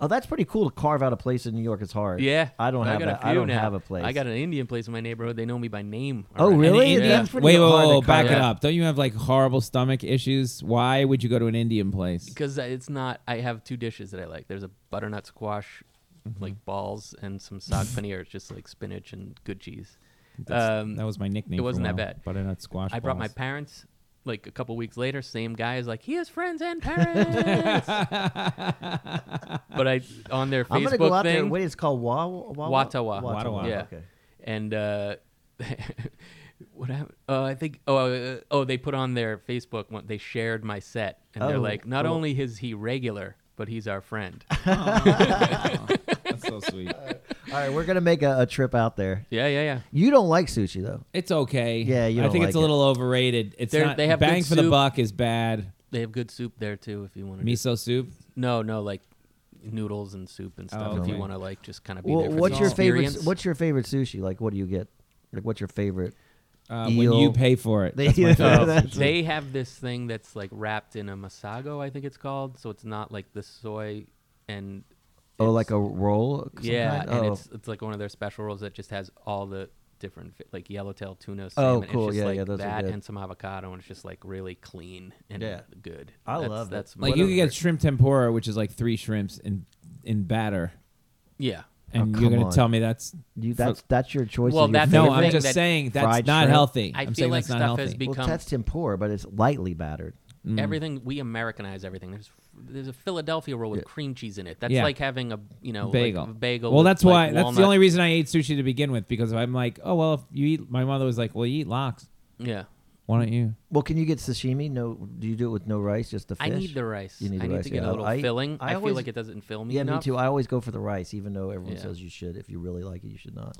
C: oh, that's pretty cool to carve out a place in New York. It's hard.
D: Yeah,
C: I don't have.
D: I got
C: that.
D: a few
C: I don't
D: now.
C: have a place.
D: I got an Indian place in my neighborhood. They know me by name.
C: Oh,
D: already.
C: really?
D: Yeah.
C: Indians?
B: Wait,
C: pretty
B: wait,
C: hard to
B: wait, back it
D: cover.
B: up. Don't you have like horrible stomach issues? Why would you go to an Indian place?
D: Because it's not. I have two dishes that I like. There's a butternut squash,
C: Mm-hmm.
D: like balls, and some sag paneer. It's just like spinach and good cheese.
B: That's-
D: Um,
B: that was my nickname.
D: it
B: for a
D: wasn't that
B: while,
D: bad.
B: Butternut squash.
D: I brought my
B: balls.
D: parents. Like a couple weeks later, same guy is like, he has friends and
C: (laughs)
D: parents. but I on their Facebook
C: I'm gonna go out
D: thing,
C: there. Wait, it's called Wawa.
D: Watawa.
B: Watawa.
D: Yeah.
C: Oh, Okay.
D: And uh, (laughs) what happened? Oh, I think. Oh, uh, oh, they put on their Facebook one. They shared my set, and they're
C: Oh,
D: like, not
C: cool.
D: only is he regular, but he's our friend.
C: (laughs)
B: That's so
D: (laughs)
B: sweet.
D: Uh,
C: All right, we're gonna make a, a trip out there.
D: yeah, yeah, yeah.
C: You don't like sushi though.
B: It's okay.
C: Yeah, you
B: I
C: don't
B: think it's a
C: like it.
B: little overrated. It's
D: They're-
B: not.
D: they have
B: bang
D: good
B: for the
D: soup.
B: buck is bad.
D: They have good soup there too, if you want to.
B: Miso soup.
D: no, no, like noodles and soup and stuff.
B: Oh,
D: If you
B: okay.
D: want to like just kind of be
C: Well,
D: there. For
C: what's
D: the
C: your favorite?
D: experience.
C: What's your favorite sushi? Like, what do you get? Like, what's your favorite?
B: Uh, when you
C: Eel.
B: pay for it. (laughs)
C: They-
B: That's my favorite.
D: Oh,
C: That's-
D: they have this thing that's like wrapped in a masago, I think it's called. So it's not like the soy and
C: Oh,
D: it's-
C: like a roll. of some
D: Yeah,
C: kind?
D: and
C: Oh.
D: it's it's like one of their special rolls that just has all the different fi- like yellowtail tuna.
C: Oh,
D: Salmon.
C: cool.
D: It's just
C: Yeah,
D: like
C: yeah, those are
D: that
C: good.
D: and some avocado, and it's just like really clean and
C: Yeah.
D: good.
C: I
D: that's,
C: love it.
D: that's my-
B: Like you could get shrimp tempura, which is like three shrimps in in batter,
D: yeah.
B: and
C: Oh,
B: you're
C: come
B: gonna
C: on.
B: tell me that's
C: you, that's that's your choice.
D: Well,
C: of your
D: that's the
B: no.
C: favorite?
B: I'm
D: thing
B: just
D: that-
B: saying that's
C: Fried
B: not
C: shrimp?
B: healthy.
D: I
B: I'm
D: feel
B: saying
D: like
B: that's not
D: stuff
B: healthy.
D: has
C: well,
D: become
C: that's tempura, but it's lightly battered.
D: everything. We Americanize everything. There's there's a Philadelphia roll with cream cheese in it. That's
B: Yeah.
D: like having a you know like
B: bagel.
D: a bagel.
B: Well,
D: with,
B: that's why.
D: like,
B: That's the
D: walnut-
B: only reason I ate sushi to begin with because I'm like, oh well, if you eat. My mother was like, well, you eat lox.
D: Yeah,
B: Why don't you?
C: Well, can you get sashimi? No, do you do it with no rice? Just the fish?
D: I need the rice.
C: You
D: I
C: need the
D: need
C: rice,
D: to get
C: yeah.
D: a little
C: I-
D: filling.
C: I
D: I, feel
C: always-
D: like it doesn't fill me
C: Yeah,
D: enough.
C: me too. I always go for the rice, even though everyone
D: Yeah.
C: says you should. If you really like it, you should not.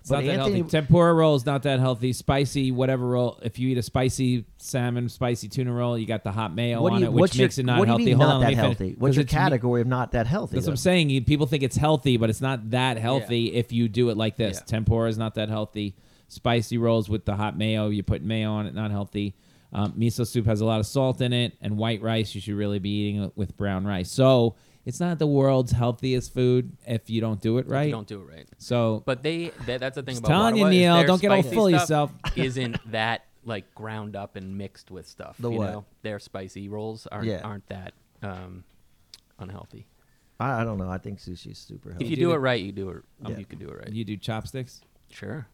B: It's not that healthy. Tempura roll is not that healthy. Spicy, whatever roll. If you eat a spicy salmon, spicy tuna roll, you got the hot mayo
C: what do
B: on
C: you,
B: it,
C: what's
B: which makes
C: your,
B: it not
C: what
B: healthy.
C: Do you mean
B: Hold
C: not
B: on, let me
C: that
B: finish.
C: healthy.
B: 'Cause
C: What's your
B: it's meat-
C: category of not that healthy?
B: That's what I'm
C: though?
B: saying. You- People think it's healthy, but it's not that healthy if you do it like this.
D: Yeah.
B: Tempura is not that healthy. Spicy rolls with the hot mayo, you put mayo on it, not healthy. Um, miso soup has a lot of salt in it, and white rice you should really be eating it with brown rice. So it's not the world's healthiest food if you don't do it right.
D: You don't do it right.
B: so,
D: But they that, that's the thing
B: Just
D: about
B: telling you,
D: Wadawa is
B: Neil,
D: their
B: don't get all
D: spicy
B: full of (laughs)
D: stuff
B: yourself.
D: isn't that like ground up and mixed with stuff?
C: The
D: you
C: what?
D: know, their spicy rolls aren't
C: Yeah.
D: aren't that um, unhealthy.
C: I, I don't know. I think sushi's super healthy.
D: If you
B: do
D: do
B: the-
D: it right, you do it. um,
C: Yeah.
D: You can do it right.
B: You do chopsticks?
D: Sure.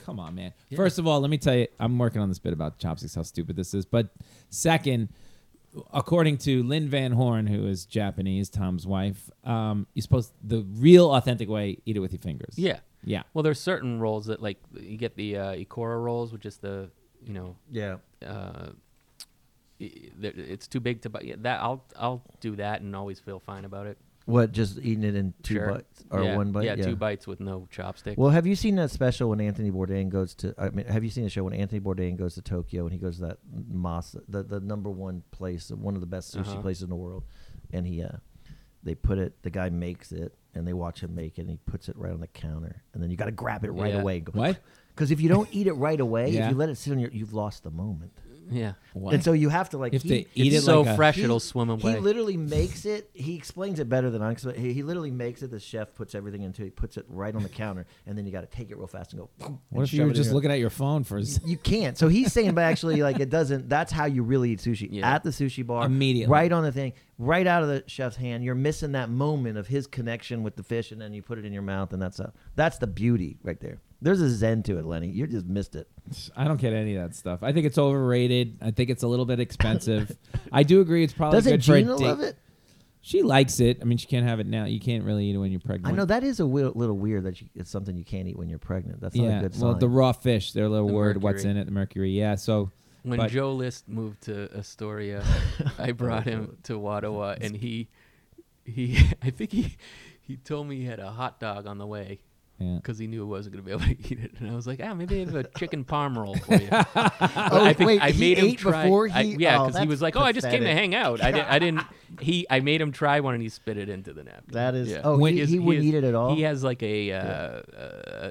B: Come on, man. First of all, let me tell you, I'm working on this bit about chopsticks, how stupid this is. But second, according to Lynn Van Horn, who is Japanese, Tom's wife, um, you're supposed the real authentic way, eat it with your fingers.
D: Yeah.
B: Yeah.
D: Well, there's certain rolls that like you get the uh, ikora rolls, which is the you know
C: Yeah.
D: uh, i- that it's too big to buy. Yeah, that I'll I'll do that and always feel fine about it.
C: What? Just eating it in two
D: Sure.
C: bites or
D: yeah.
C: one bite?
D: Yeah, two bites with no chopsticks.
C: Well, have you seen that special when Anthony Bourdain goes to? I mean, have you seen the show when Anthony Bourdain goes to Tokyo and he goes to that masa, the, the number one place, one of the best sushi
D: Uh-huh.
C: places in the world, and he, uh, they put it. The guy makes it, and they watch him make it, and he puts it right on the counter, and then you got to grab it right
D: Yeah.
C: away. and go, (laughs)
B: What?
C: Because if you don't eat it right away,
B: Yeah.
C: if you let it sit on your, you've lost the moment.
D: yeah.
B: What?
C: And so you have to like
B: You have
C: he-
B: to eat
C: it's
B: it
D: so
B: like a-
D: fresh it'll swim away.
C: He literally makes it. He explains it better than I explain. He, he literally makes it. The chef puts everything into it. He puts it right on the counter, and then you got to take it real fast and go.
B: What if you were just looking at your phone for a s-
C: You can't. So he's saying, but actually, like it doesn't. That's how you really eat sushi
D: Yeah.
C: at the sushi bar,
B: Immediately.
C: right on the thing, right out of the chef's hand. You're missing that moment of his connection with the fish, and then you put it in your mouth, and that's a, that's the beauty right there. There's a zen to it, Lenny. You just missed it.
B: (laughs) I don't get any of that stuff. I think it's overrated. I think it's a little bit
C: (laughs)
B: expensive. I do agree it's probably
C: Doesn't
B: good for a
C: Gina
B: date.
C: love it?
B: She likes it. I mean, she can't have it now. You can't really eat it when you're
C: I
B: pregnant.
C: know that is a wi- little weird that you, it's something you can't eat when you're pregnant. That's not
B: yeah.
C: a good sign.
B: well, the raw fish, their little
D: The
B: word, what's
D: mercury.
B: in it, the mercury. Yeah. So
D: when
B: but-
D: Joe List moved to (laughs) Astoria, I brought him to Wadawa, and he, he, (laughs) I think he, he told me he had a hot dog on the way
B: Yeah.
D: because he knew I wasn't gonna be able to eat it, and I was like, ah, maybe I have a chicken parm roll for
C: (laughs)
D: you. oh,
C: Oh, wait, he ate before
D: I,
C: he-
D: yeah,
C: oh,
D: because he
C: that's
D: was like, oh, I just came to
C: pathetic.
D: hang
C: (laughs)
D: out. I, did, I didn't. He, I made him try one, and he spit it into the napkin.
C: That is-
D: Yeah.
C: oh,
B: When-
C: he,
D: is-
C: he wouldn't
D: is-
C: eat it at all.
D: He has like a, uh, uh,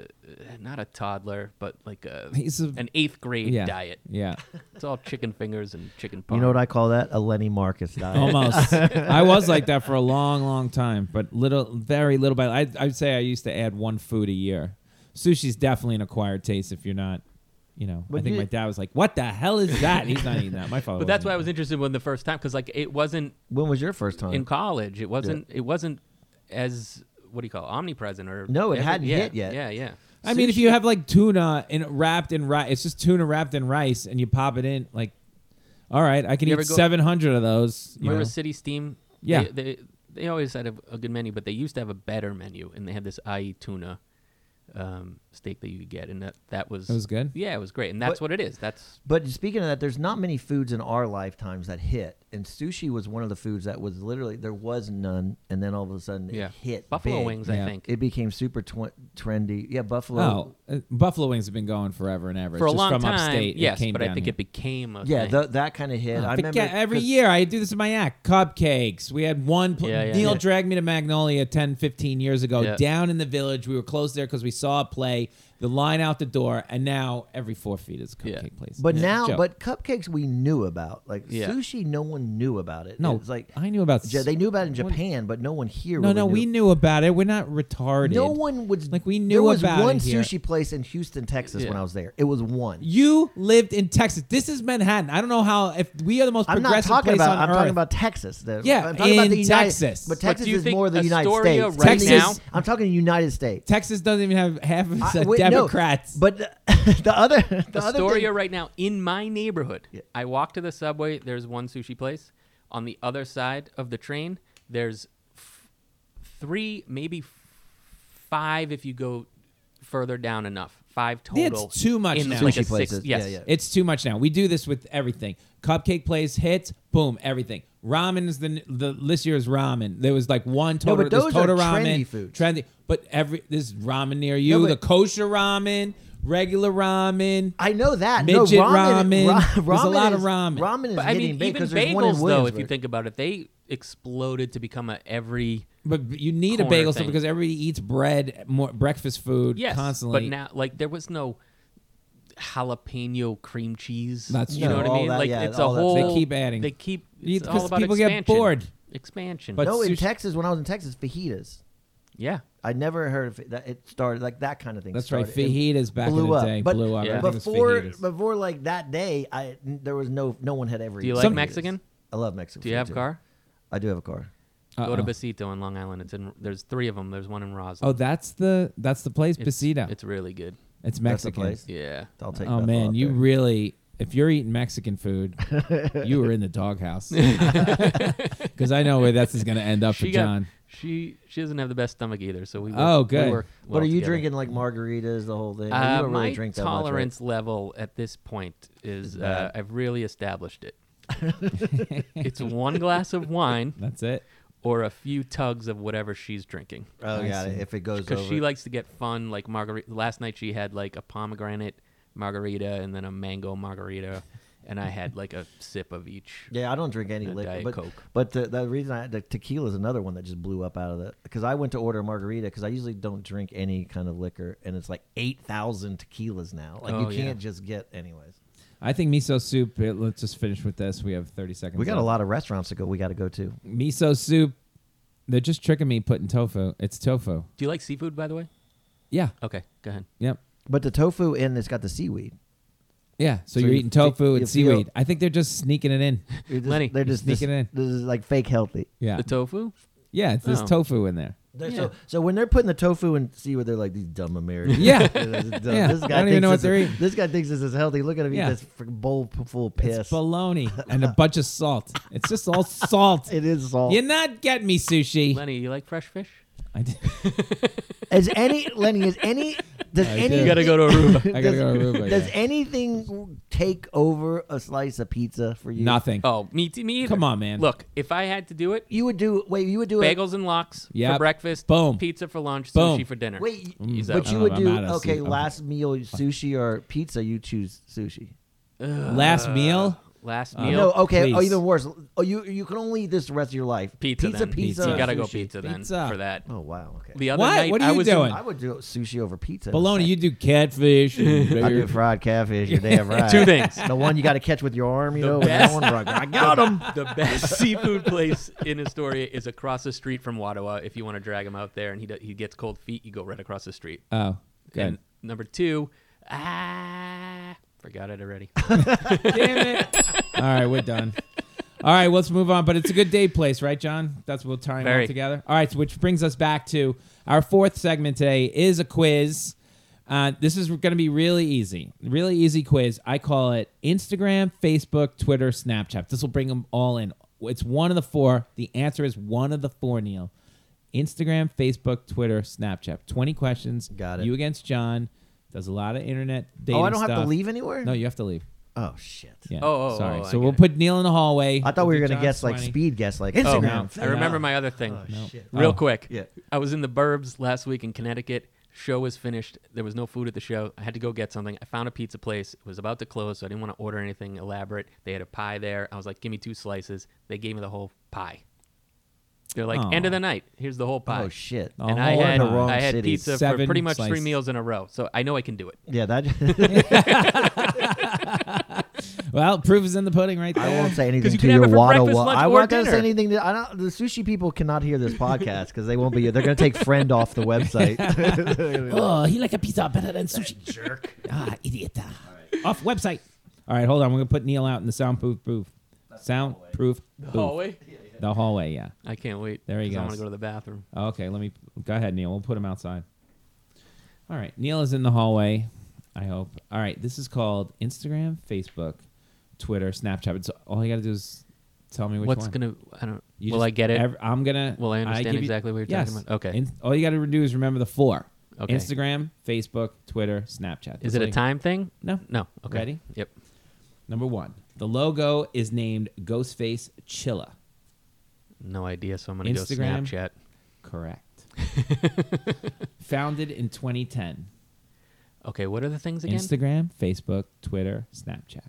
D: not a toddler, but like a,
B: He's a-
D: an eighth grade
B: yeah.
D: diet.
B: Yeah.
D: (laughs) It's all chicken fingers and chicken parm.
C: you know what I call that? A Lenny Marcus diet. (laughs)
B: Almost. I was like that for a long, long time, but little, very little by. I, I'd say I used to add one food a year. Sushi's definitely an acquired taste if you're not, you know. I
C: But
B: think
C: you-
B: my dad was like, "What the hell is that?" He's not eating that. My father.
D: but that's why I
B: wasn't
D: was interested when the first time because like it wasn't
C: when was your first time?
D: in college. It wasn't. It wasn't as what do you call it, omnipresent or
C: No, it hadn't
D: yeah,
C: hit yet.
D: Yeah, yeah.
B: I mean, if
C: Sushi-
B: you have like tuna in, wrapped in rice, it's just tuna wrapped in rice, and you pop it in. Like, all right, I can
D: You
B: eat
D: ever go-
B: seven hundred of those. You
D: Remember
B: know?
D: City Steam?
B: Yeah.
D: They, they, they always had a, a good menu, but they used to have a better menu, and they had this IE tuna um, steak that you could get, and that that was
B: That was good?
D: Yeah, it was great, and that's
C: But-
D: what it is. That's
C: But speaking of that, there's not many foods in our lifetimes that hit, and sushi was one of the foods that was literally there was none, and then all of a sudden
D: yeah.
C: it hit.
D: buffalo
C: big.
D: wings,
B: Yeah.
D: I think.
C: It became super tw- trendy. Yeah, buffalo.
B: Oh, uh, buffalo wings have been going forever and ever.
D: for
B: it's
D: a
B: just
D: long
B: from
D: time,
B: upstate. it
D: yes,
B: came
D: but I
B: down
D: think
B: here.
D: it became a
C: yeah,
D: thing.
C: th- that kind of hit. I
B: Forget-
C: remember
B: Oh. every
C: 'cause
B: year I do this in my act. Cupcakes. We had one. Pl-
D: Yeah, yeah.
B: Neil
D: Yeah.
B: dragged me to Magnolia 10, 15 years ago
D: Yeah.
B: down in the village. We were close there because we saw a play, the line out the door, and now every four feet is a
D: Yeah.
B: cupcake place.
C: But
B: It's a
C: now,
B: joke.
C: but cupcakes we knew about. Like
D: Yeah.
C: sushi, no one knew about it.
B: No,
C: it's like
B: I knew about
C: Ja- they knew about it in
B: What-
C: Japan, but no one here.
B: No,
C: really
B: no, we knew about it. We're not retarded.
C: No one was
B: Like, we
C: There
B: knew
C: was
B: about it
C: one
B: here.
C: sushi place in Houston, Texas, when
D: Yeah.
C: I was there. It was one.
B: You lived in Texas. This is Manhattan. I don't know how if we are the most
C: I'm not
B: progressive
C: talking
B: place
C: about.
B: on
C: I'm
B: earth.
C: talking about Texas. The-
B: Yeah,
C: I'm talking about
B: in
C: the United,
B: Texas.
C: But
B: But
C: Texas
D: do you
C: is
D: think
C: more the United
D: Astoria
C: States.
D: right
C: Texas,
D: now-
C: I'm talking the
B: (laughs)
C: United States.
B: Texas doesn't even have half of
C: I-
B: the
C: wait, no,
B: Democrats.
C: but the, (laughs) the other, the other
D: Astoria
C: thing,
D: right now in my neighborhood.
C: Yeah.
D: I walk to the subway. There's one sushi place. On the other side of the train, there's f- three, maybe f- five if you go further down enough. Five
B: Yeah, it's
D: total.
B: too much
D: in
B: now.
D: like a
C: Sushi places.
D: Six, yes.
C: Yeah, yeah.
B: It's too much now. We do this with everything. Cupcake plays hits, boom, everything. Ramen is the the this year's ramen. There was like one
C: No,
B: total,
C: but those are
B: ramen,
C: trendy foods.
B: trendy. But every this ramen near you,
C: but-
B: the kosher ramen, regular ramen.
C: I know that.
B: Midget
C: no, ramen,
B: ramen.
C: ra-
B: There's a
C: ramen
B: lot
C: is,
B: of ramen.
C: Ramen is
D: But I
C: hitting
D: mean,
C: big
D: even
C: because there's one in
D: bagels, though, if you
C: Williamsburg.
D: think about it, they exploded to become a every.
B: But you need a
D: Corner
B: bagel
D: thing.
B: because everybody eats bread, more breakfast food
D: Yes.
B: constantly.
D: But now, like, there was no jalapeno cream cheese.
B: That's
D: you
B: true.
D: know what
C: All
D: I mean?
C: that-
D: like,
C: yeah,
D: it's a
C: all that-
D: whole.
B: They keep adding.
D: They keep.
B: You-
D: It's
B: 'cause
D: all about
B: people get
D: expansion.
B: bored.
D: Expansion.
B: But-
C: no, in
B: sushi-
C: Texas, when I was in Texas, fajitas.
D: yeah.
C: I never heard of it. That it started like that kind of thing.
B: That's right.
C: started. It
B: Fajitas back in
C: blew
B: the
C: up.
B: day
C: But
B: blew up.
D: Yeah.
B: Everything was
C: Before,
B: fajitas.
C: before like that day, I there was no no one had ever.
D: Do you
C: eaten
D: like
C: fajitas.
D: Mexican?
C: I love Mexican.
D: Do you
C: food,
D: have a
C: too.
D: car?
C: I do have a car.
D: Go to
B: Uh-oh.
D: Besito on Long Island. It's in. There's three of them. There's one in Roslyn.
B: Oh, that's the that's the place,
D: it's,
B: Besito. It's,
D: It's really good.
C: That's the
B: Mexican.
C: place.
D: Yeah.
C: I'll take.
B: Oh
C: Bethel
B: man,
C: out
B: you
C: there.
B: really if you're eating Mexican food, you were in the
C: (laughs)
B: doghouse. Because I know where this is going to end up for
D: She got-
B: John.
D: She she doesn't have the best stomach either, so we. Work,
B: Oh,
D: we
B: good.
D: work
C: But
D: well
C: are you
D: together.
C: drinking like margaritas? The whole thing.
D: Uh,
C: you don't
D: my
C: really drink that much, right?
D: tolerance level at this point is uh,
C: bad.
D: I've really
B: (laughs)
D: established it. it's one glass of wine
B: That's it.
D: or a few tugs of whatever she's drinking.
C: Oh,
B: I
C: yeah.
B: see.
C: If it goes over,
D: Because she likes to get fun, like margarita. Last night she had like a pomegranate margarita and then a
B: (laughs)
D: mango margarita, and I had like a sip of each.
C: Yeah, I don't drink any
D: And
C: liquor,
D: Diet
C: but
D: Coke.
C: but the, the reason I the tequila is another one that just blew up out of the because I went to order a margarita because I usually don't drink any kind of liquor and it's like eight thousand tequilas now. Like
D: Oh,
C: you
D: yeah.
C: can't just get anyways.
B: I think miso soup. It, let's just finish with this. We have 30 seconds.
C: We got a
B: left.
C: lot of restaurants to go. We got to go to.
B: Miso soup. They're just tricking me putting tofu. It's tofu.
D: Do you like seafood, by the way?
B: Yeah.
D: Okay, go ahead.
B: Yep.
C: But the tofu in it's got the seaweed.
B: Yeah. So,
C: So
B: you're
C: you-
B: eating tofu
C: you
B: and
C: feel-
B: seaweed. I think they're just sneaking it
C: (laughs)
B: in.
C: They're just-
D: Lenny,
C: they're just this,
B: sneaking in.
C: this is like fake healthy.
B: Yeah.
D: The tofu?
B: yeah. It's this
D: Oh.
B: tofu in there.
C: They're-
D: Yeah.
C: So so when they're putting the tofu in seaweed, they're like these dumb Americans.
B: Yeah.
C: (laughs) This is dumb.
B: Yeah.
C: This
B: I
C: guy
B: don't even
C: thinks
B: know what
C: this
B: they're
C: is-
B: eating.
C: This guy thinks this is healthy. Look at him
B: Yeah.
C: eat this fr- bowl p- full of piss.
B: It's bologna and
C: (laughs)
B: a bunch of salt. It's just all salt.
C: it is salt.
B: You're not getting me sushi.
D: Lenny, you like fresh fish?
B: I did.
C: Is any Lenny? Is
B: (laughs)
C: any does
B: I
C: any
B: do. You gotta
D: go to Aruba.
B: I
C: does,
B: gotta (laughs) go to Aruba,
C: does
B: yeah.
C: anything take over a slice of pizza for you?
B: Nothing.
D: (laughs) oh, me, t- me either.
B: Come on, man.
D: Look, if I had to do it,
C: You would do wait. You would do
D: bagels and lox
B: Yep.
D: for breakfast,
B: Boom.
D: pizza for lunch,
B: Boom.
D: sushi for dinner.
C: A, wait,
D: He's out.
C: but
D: I
C: you
B: don't
C: would
B: know,
C: do
B: I'm out of sushi.
C: okay.
B: I'm-
C: Last meal, sushi or pizza? You choose sushi.
B: Last meal.
D: Last
B: Uh,
D: meal.
C: no, okay. Oh,
B: please.
C: even worse. Oh, you you can only eat this the rest of your life.
D: Pizza,
C: pizza,
D: then.
C: pizza.
D: You gotta go
C: sushi.
D: pizza then
B: Pizza.
D: for that.
C: Oh wow. Okay.
D: The other
B: What?
D: night
B: What are
D: I
B: you
D: was
B: doing?
D: In,
C: I would do sushi over pizza. in a
B: Bologna.
C: second.
B: You do catfish. and
C: I do fried catfish. You're
B: (laughs)
C: damn right.
D: Two things.
C: The one you got to catch with your arm. You
D: The
C: know, with
D: best-
B: (laughs)
C: one rug. I got him.
D: (laughs) the best seafood place in Astoria is across the street from Wadawa. If you want to drag him out there and he do, he gets cold feet, you go right across the street.
B: oh, good.
D: And number two, ah, forgot it already. (laughs)
B: Damn it. (laughs) All right, we're done. All right, let's move on. But it's a good day place, right, John? That's we'll tie them all
D: Very.
B: together. All right, so which brings us back to our fourth segment today is a quiz. Uh, this is going to be really easy, really easy quiz. I call it Instagram, Facebook, Twitter, Snapchat. This will bring them all in. It's one of the four. The answer is one of the four, Neil. Instagram, Facebook, Twitter, Snapchat. Twenty questions.
C: Got it.
B: You against John. Does a lot of internet dating
C: Oh, I don't have to
B: stuff.
C: leave anywhere.
B: No, you have to leave.
C: Oh shit.
B: Yeah.
D: Oh, oh,
B: sorry.
D: oh, I
B: so
D: get
B: we'll
D: it.
B: put Neil in the hallway.
C: I thought
B: We'll
C: we
B: do
C: were gonna
B: John's
C: guess like
B: 20.
C: speed guess like
D: Oh,
C: Instagram.
D: I remember my other thing. Real
B: Oh.
D: quick.
C: Yeah.
D: I was in the burbs last week in Connecticut. Show was finished. There was no food at the show. I had to go get something. I found a pizza place. It was about to close, so I didn't want to order anything elaborate. They had a pie there. I was like, give me two slices. They gave me the whole pie. They're like, end of the night. Here's the whole pie.
C: Oh shit.
B: Oh,
D: and I
B: All in
D: had,
B: the wrong
D: I had
C: city.
D: pizza for
B: Seven
D: pretty much three
B: slices.
D: meals in a row. So I know I can do it.
C: (laughs)
B: (laughs)
C: Yeah, that. (laughs)
B: Well, proof is in the pudding right there.
C: I won't say anything
D: you
C: to
D: can
C: your
D: have it for
C: Wada
D: breakfast,
C: Wada.
D: lunch,
C: I'm
D: or
C: not gonna say
D: dinner.
C: anything. To, I don't. The sushi people cannot hear this podcast because they won't be. They're gonna take friend off the website.
D: (laughs)
C: (laughs)
B: Oh, he like a pizza better than sushi. jerk. Ah, idiot. Off website. All right, hold on. We're gonna put Neil out in the soundproof booth. Soundproof booth. The hallway. Yeah.
D: I can't wait.
B: There he
D: 'cause I
B: goes.
D: want to go to the bathroom.
B: Okay. Let me go ahead, Neil. We'll put him outside. All right. Neil is in the hallway. I hope. All right. This is called Instagram, Facebook, Twitter, Snapchat. It's all you gotta do is tell me which
D: What's
B: one.
D: gonna? I don't.
B: You
D: will
B: just-
D: I get it?
B: ev- I'm gonna.
D: Will I understand
B: give you-
D: exactly what you're talking
B: Yes.
D: about? Okay.
B: In- all you got to do is remember the four:
D: Okay.
B: Instagram, Facebook, Twitter, Snapchat. That's
D: Is it
B: all
D: a
B: you-
D: time thing?
B: No.
D: No. Okay.
B: Ready?
D: Yep.
B: Number one, the logo is named Ghostface Chilla.
D: No idea. So I'm gonna
B: Instagram.
D: go Snapchat. (laughs)
B: Correct. Founded in 2010.
D: Okay. What are the things again?
B: Instagram, Facebook, Twitter, Snapchat.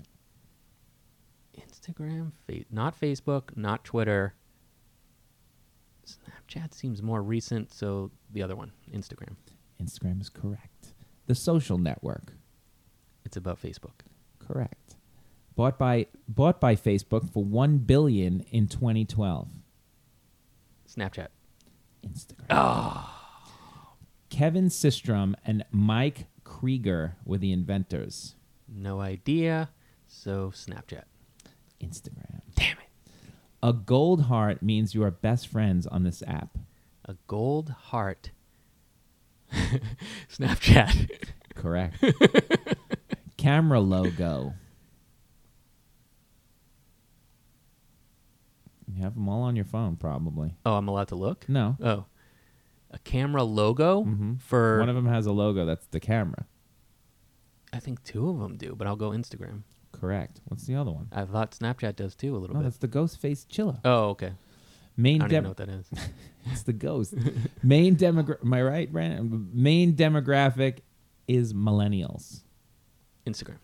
D: Instagram, fa- not Facebook, not Twitter. Snapchat seems more recent, so the other one, Instagram.
B: Instagram is correct. The social network.
D: It's about Facebook.
B: Correct. Bought by bought by Facebook for one billion in 2012.
D: Snapchat.
B: Instagram. Ah. Kevin Systrom and Mike Krieger were the inventors.
D: No idea. So Snapchat.
B: Instagram. Damn it. A gold heart means you are best friends on this app.
D: A gold heart. (laughs) Snapchat. (laughs)
B: Correct. Camera logo. You have them all on your phone, probably.
D: Oh, I'm allowed to look?
B: No.
D: Oh. A camera logo
B: Mhm.
D: for
B: One of them has a logo that's the camera.
D: I think two of them do, but I'll go Instagram.
B: Correct. What's the other one?
D: I thought Snapchat does too a little
B: No,
D: bit.
B: Oh, that's the ghost face chilla.
D: Oh, okay. I
B: Main
D: don't
B: dem-
D: even know what that is.
B: (laughs) it's the ghost. Main demogra- Am I right, Brandon? Main demographic is millennials.
D: Instagram.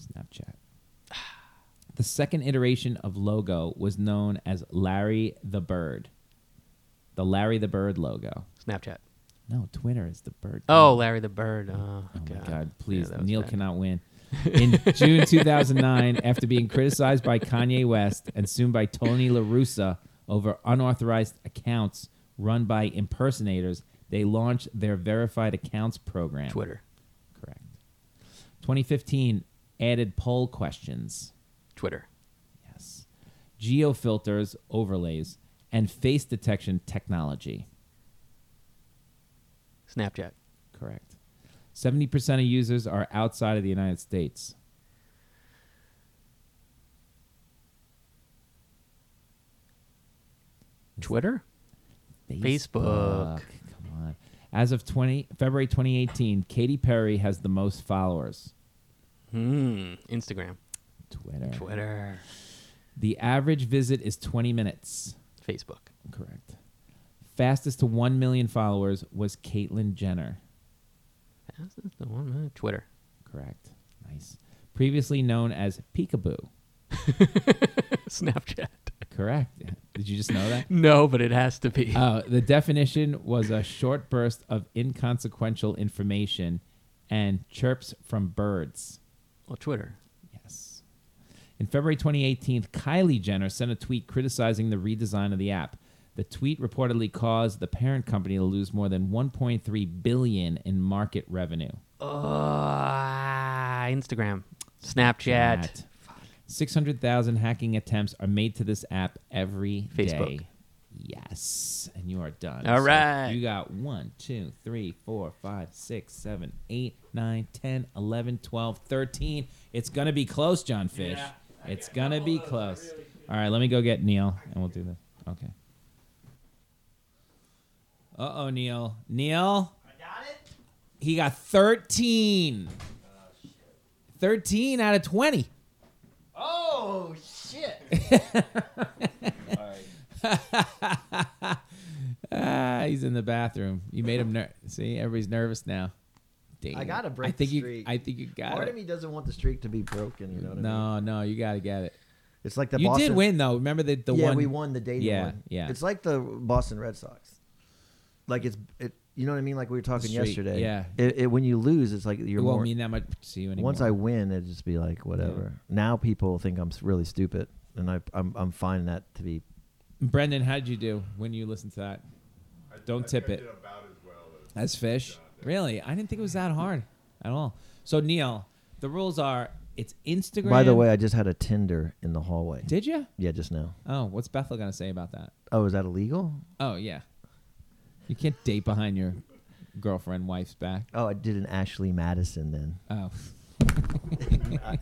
B: Snapchat. The second iteration of logo was known as Larry the Bird. The Larry the Bird logo.
D: Snapchat.
B: No, Twitter is the bird.
D: Oh, Larry the Bird. Oh,
B: Mm. Oh
D: God.
B: my God! Please,
D: Yeah, that was
B: Neil
D: bad.
B: cannot
D: (laughs)
B: win. In June 2009, after being criticized by Kanye West and soon by Tony La Russa over unauthorized accounts run by impersonators, they launched their verified accounts program.
D: Twitter.
B: correct. 2015 added poll questions.
D: Twitter.
B: Yes. Geo filters, overlays, and face detection technology.
D: Snapchat.
B: Correct. 70% of users are outside of the United States.
D: Twitter? Facebook.
B: Come on. As of 20 February 2018, Katy Perry has the most followers.
D: Hmm. Instagram.
B: Twitter.
D: Twitter.
B: The average visit is 20 minutes.
D: Facebook.
B: Correct. Fastest to 1 million followers was Caitlyn Jenner.
D: That's the one. man. Twitter. (laughs)
B: Correct. Nice. Previously known as Peekaboo.
D: Snapchat.
B: Correct. Did you just know that?
D: No, but it has to be.
B: Uh, the definition was a short burst of inconsequential information and chirps from birds.
D: well, Twitter.
B: Yes. In February 2018, Kylie Jenner sent a tweet criticizing the redesign of the app. The tweet reportedly caused the parent company to lose more than 1.3 billion in market revenue.
D: Oh, Uh, Instagram. Snapchat.
B: At 600,000 hacking attempts are made to this app every day.
D: Facebook.
B: Yes, and you are done.
D: All right.
B: You got one, two, three, four, five, six, seven, eight, nine, ten, eleven, twelve, thirteen. It's going to be close, John Fish. It's going to be close. All right, let me go get Neil and we'll do this. Okay. Uh oh, Neil. Neil? I got it. He got 13. 13 out of 20.
C: Oh,
B: (laughs) Ah, he's in the bathroom. You made him ner- see. Everybody's nervous now. Dang
C: I gotta
B: it.
C: break
B: I think
C: the
B: you.
C: streak.
B: I think you got
C: Part
B: it.
C: of me doesn't want the streak to be broken. You know what I mean?
B: no, no, you gotta get it.
C: It's like the
B: you
C: Boston.
B: did win though. Remember the the
C: yeah,
B: one
C: we won the dating
B: Yeah,
C: one.
B: yeah.
C: It's like the Boston Red Sox. Like it's it. You know what I mean? Like we were talking
B: Streak,
C: yesterday.
B: yeah.
C: It, it, when you lose, it's like
B: It
C: you're
B: won't
C: more.
B: mean that much to you anymore.
C: once I win, it'd just be like whatever. Now people think I'm s- really stupid, and I I'm I'm finding that to be.
B: Brendan, how'd you do when you listened to that?
E: I-
B: Don't
E: I think
B: tip
E: I
B: it.
E: did about as well as-
B: That's fish. Really, I didn't think it was that hard at all. So Neil, the rules are: it's Instagram.
C: By the way, I just had a Tinder in the hallway.
B: did you?
C: yeah, just now.
B: Oh, what's Bethel gonna say about that?
C: Oh, is that illegal?
B: Oh yeah, you can't date behind your girlfriend, wife's back.
C: Oh, I did an Ashley
B: (laughs)
C: Madison then. Uh,
B: Oh,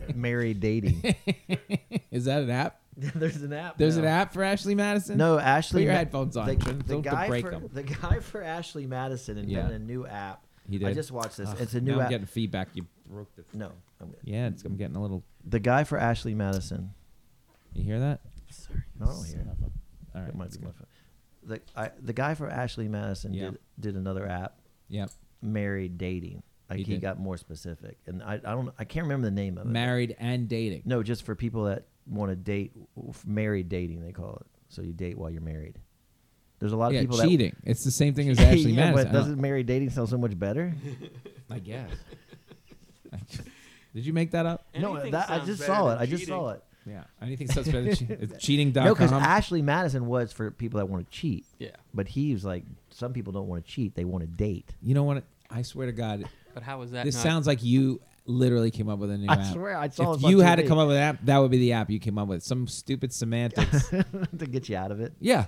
B: (laughs)
C: Married dating. (laughs)
B: is that an app?
C: There's an app.
B: There's
C: now.
B: an app for Ashley Madison?
C: No, Ashley.
B: Put your
C: Ma-
B: headphones on.
C: The,
B: Don't-
C: the
B: don't
C: guy
B: break
C: for,
B: 'em.
C: the guy for Ashley Madison invented
B: Yeah.
C: a new app.
B: He
C: I
B: did?
C: just watched this.
B: Ugh,
C: it's a
B: now
C: new
B: I'm
C: app.
B: getting feedback. You broke the.
C: No, I'm good.
B: Yeah, it's, I'm getting a little.
C: The guy for Ashley Madison.
B: You hear that?
C: No, I don't hear. it.
B: All right.
C: It might
B: let's
C: be
B: go.
C: my phone. The I, the guy for Ashley Madison
B: Yeah.
C: did did another app,
B: Yep.
C: married dating. Like
B: He
C: he,
B: did.
C: got more specific, and I, I don't I can't remember the name of it.
B: Married and dating.
C: No, just for people that want to date, married dating they call it. So you date while you're married. There's a lot of
B: yeah,
C: people
B: cheating. it's the same thing as
C: that
B: Ashley
C: (laughs) yeah,
B: Madison.
C: but
B: I don't-
C: doesn't married dating sound so much better?
B: I guess. (laughs) Did you make that up?
C: no, that, I just saw it. I just saw it.
B: Yeah. (laughs) Anything such better (laughs) than cheating. It's cheating.com.
C: No, because Ashley Madison was for people that want to cheat.
D: Yeah.
C: But he was like, some people don't want to cheat; they want to date. (laughs)
B: you know what? I swear to God,
D: But how is that?
B: this
D: not-
B: sounds like you literally came up with a new
C: I
B: app.
C: swear, I saw
B: if
C: this on
B: you had to
C: TV.
B: come up with an app, that would be the app you came up with. Some stupid
C: (laughs)
B: semantics.
C: to get you out of it.
B: yeah.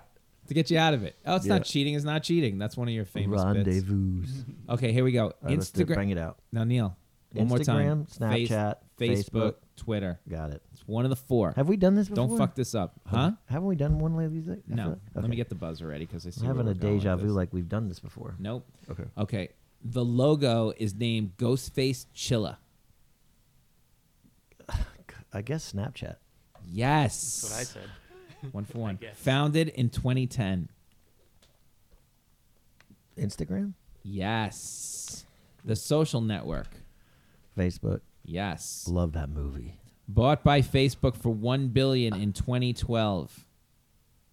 B: To get you out of it. Oh, it's
C: Yeah.
B: not cheating. It's not cheating. That's one of your famous bits. (laughs)
C: Rendezvous.
B: Okay, here we go.
C: All right, let's do it.
B: Instagram.
C: Bang it out.
B: Now, Neil, one more time.
C: Instagram, Snapchat,
B: Face- Facebook,
C: Facebook.
B: Twitter.
C: Got it.
B: It's one of the four.
C: Have we done this before?
B: Don't fuck this up, huh?
C: Haven't we done one of these?
B: No. Let me get the buzzer ready because I see.
C: I'm
B: where
C: having
B: we're
C: a
B: going with
C: deja vu
B: this.
C: like we've done this before.
B: Nope.
F: Okay.
B: Okay. The logo is named Ghostface Chilla.
C: I guess Snapchat.
B: Yes.
D: That's what
B: (laughs)
D: I said.
B: One
D: (laughs)
B: for one.
D: guess.
B: Founded in 2010.
C: Instagram?
B: Yes. The Social Network.
C: Facebook.
B: Yes.
C: Love that movie.
B: Bought by Facebook for 1 billion in
C: (laughs)
B: 2012.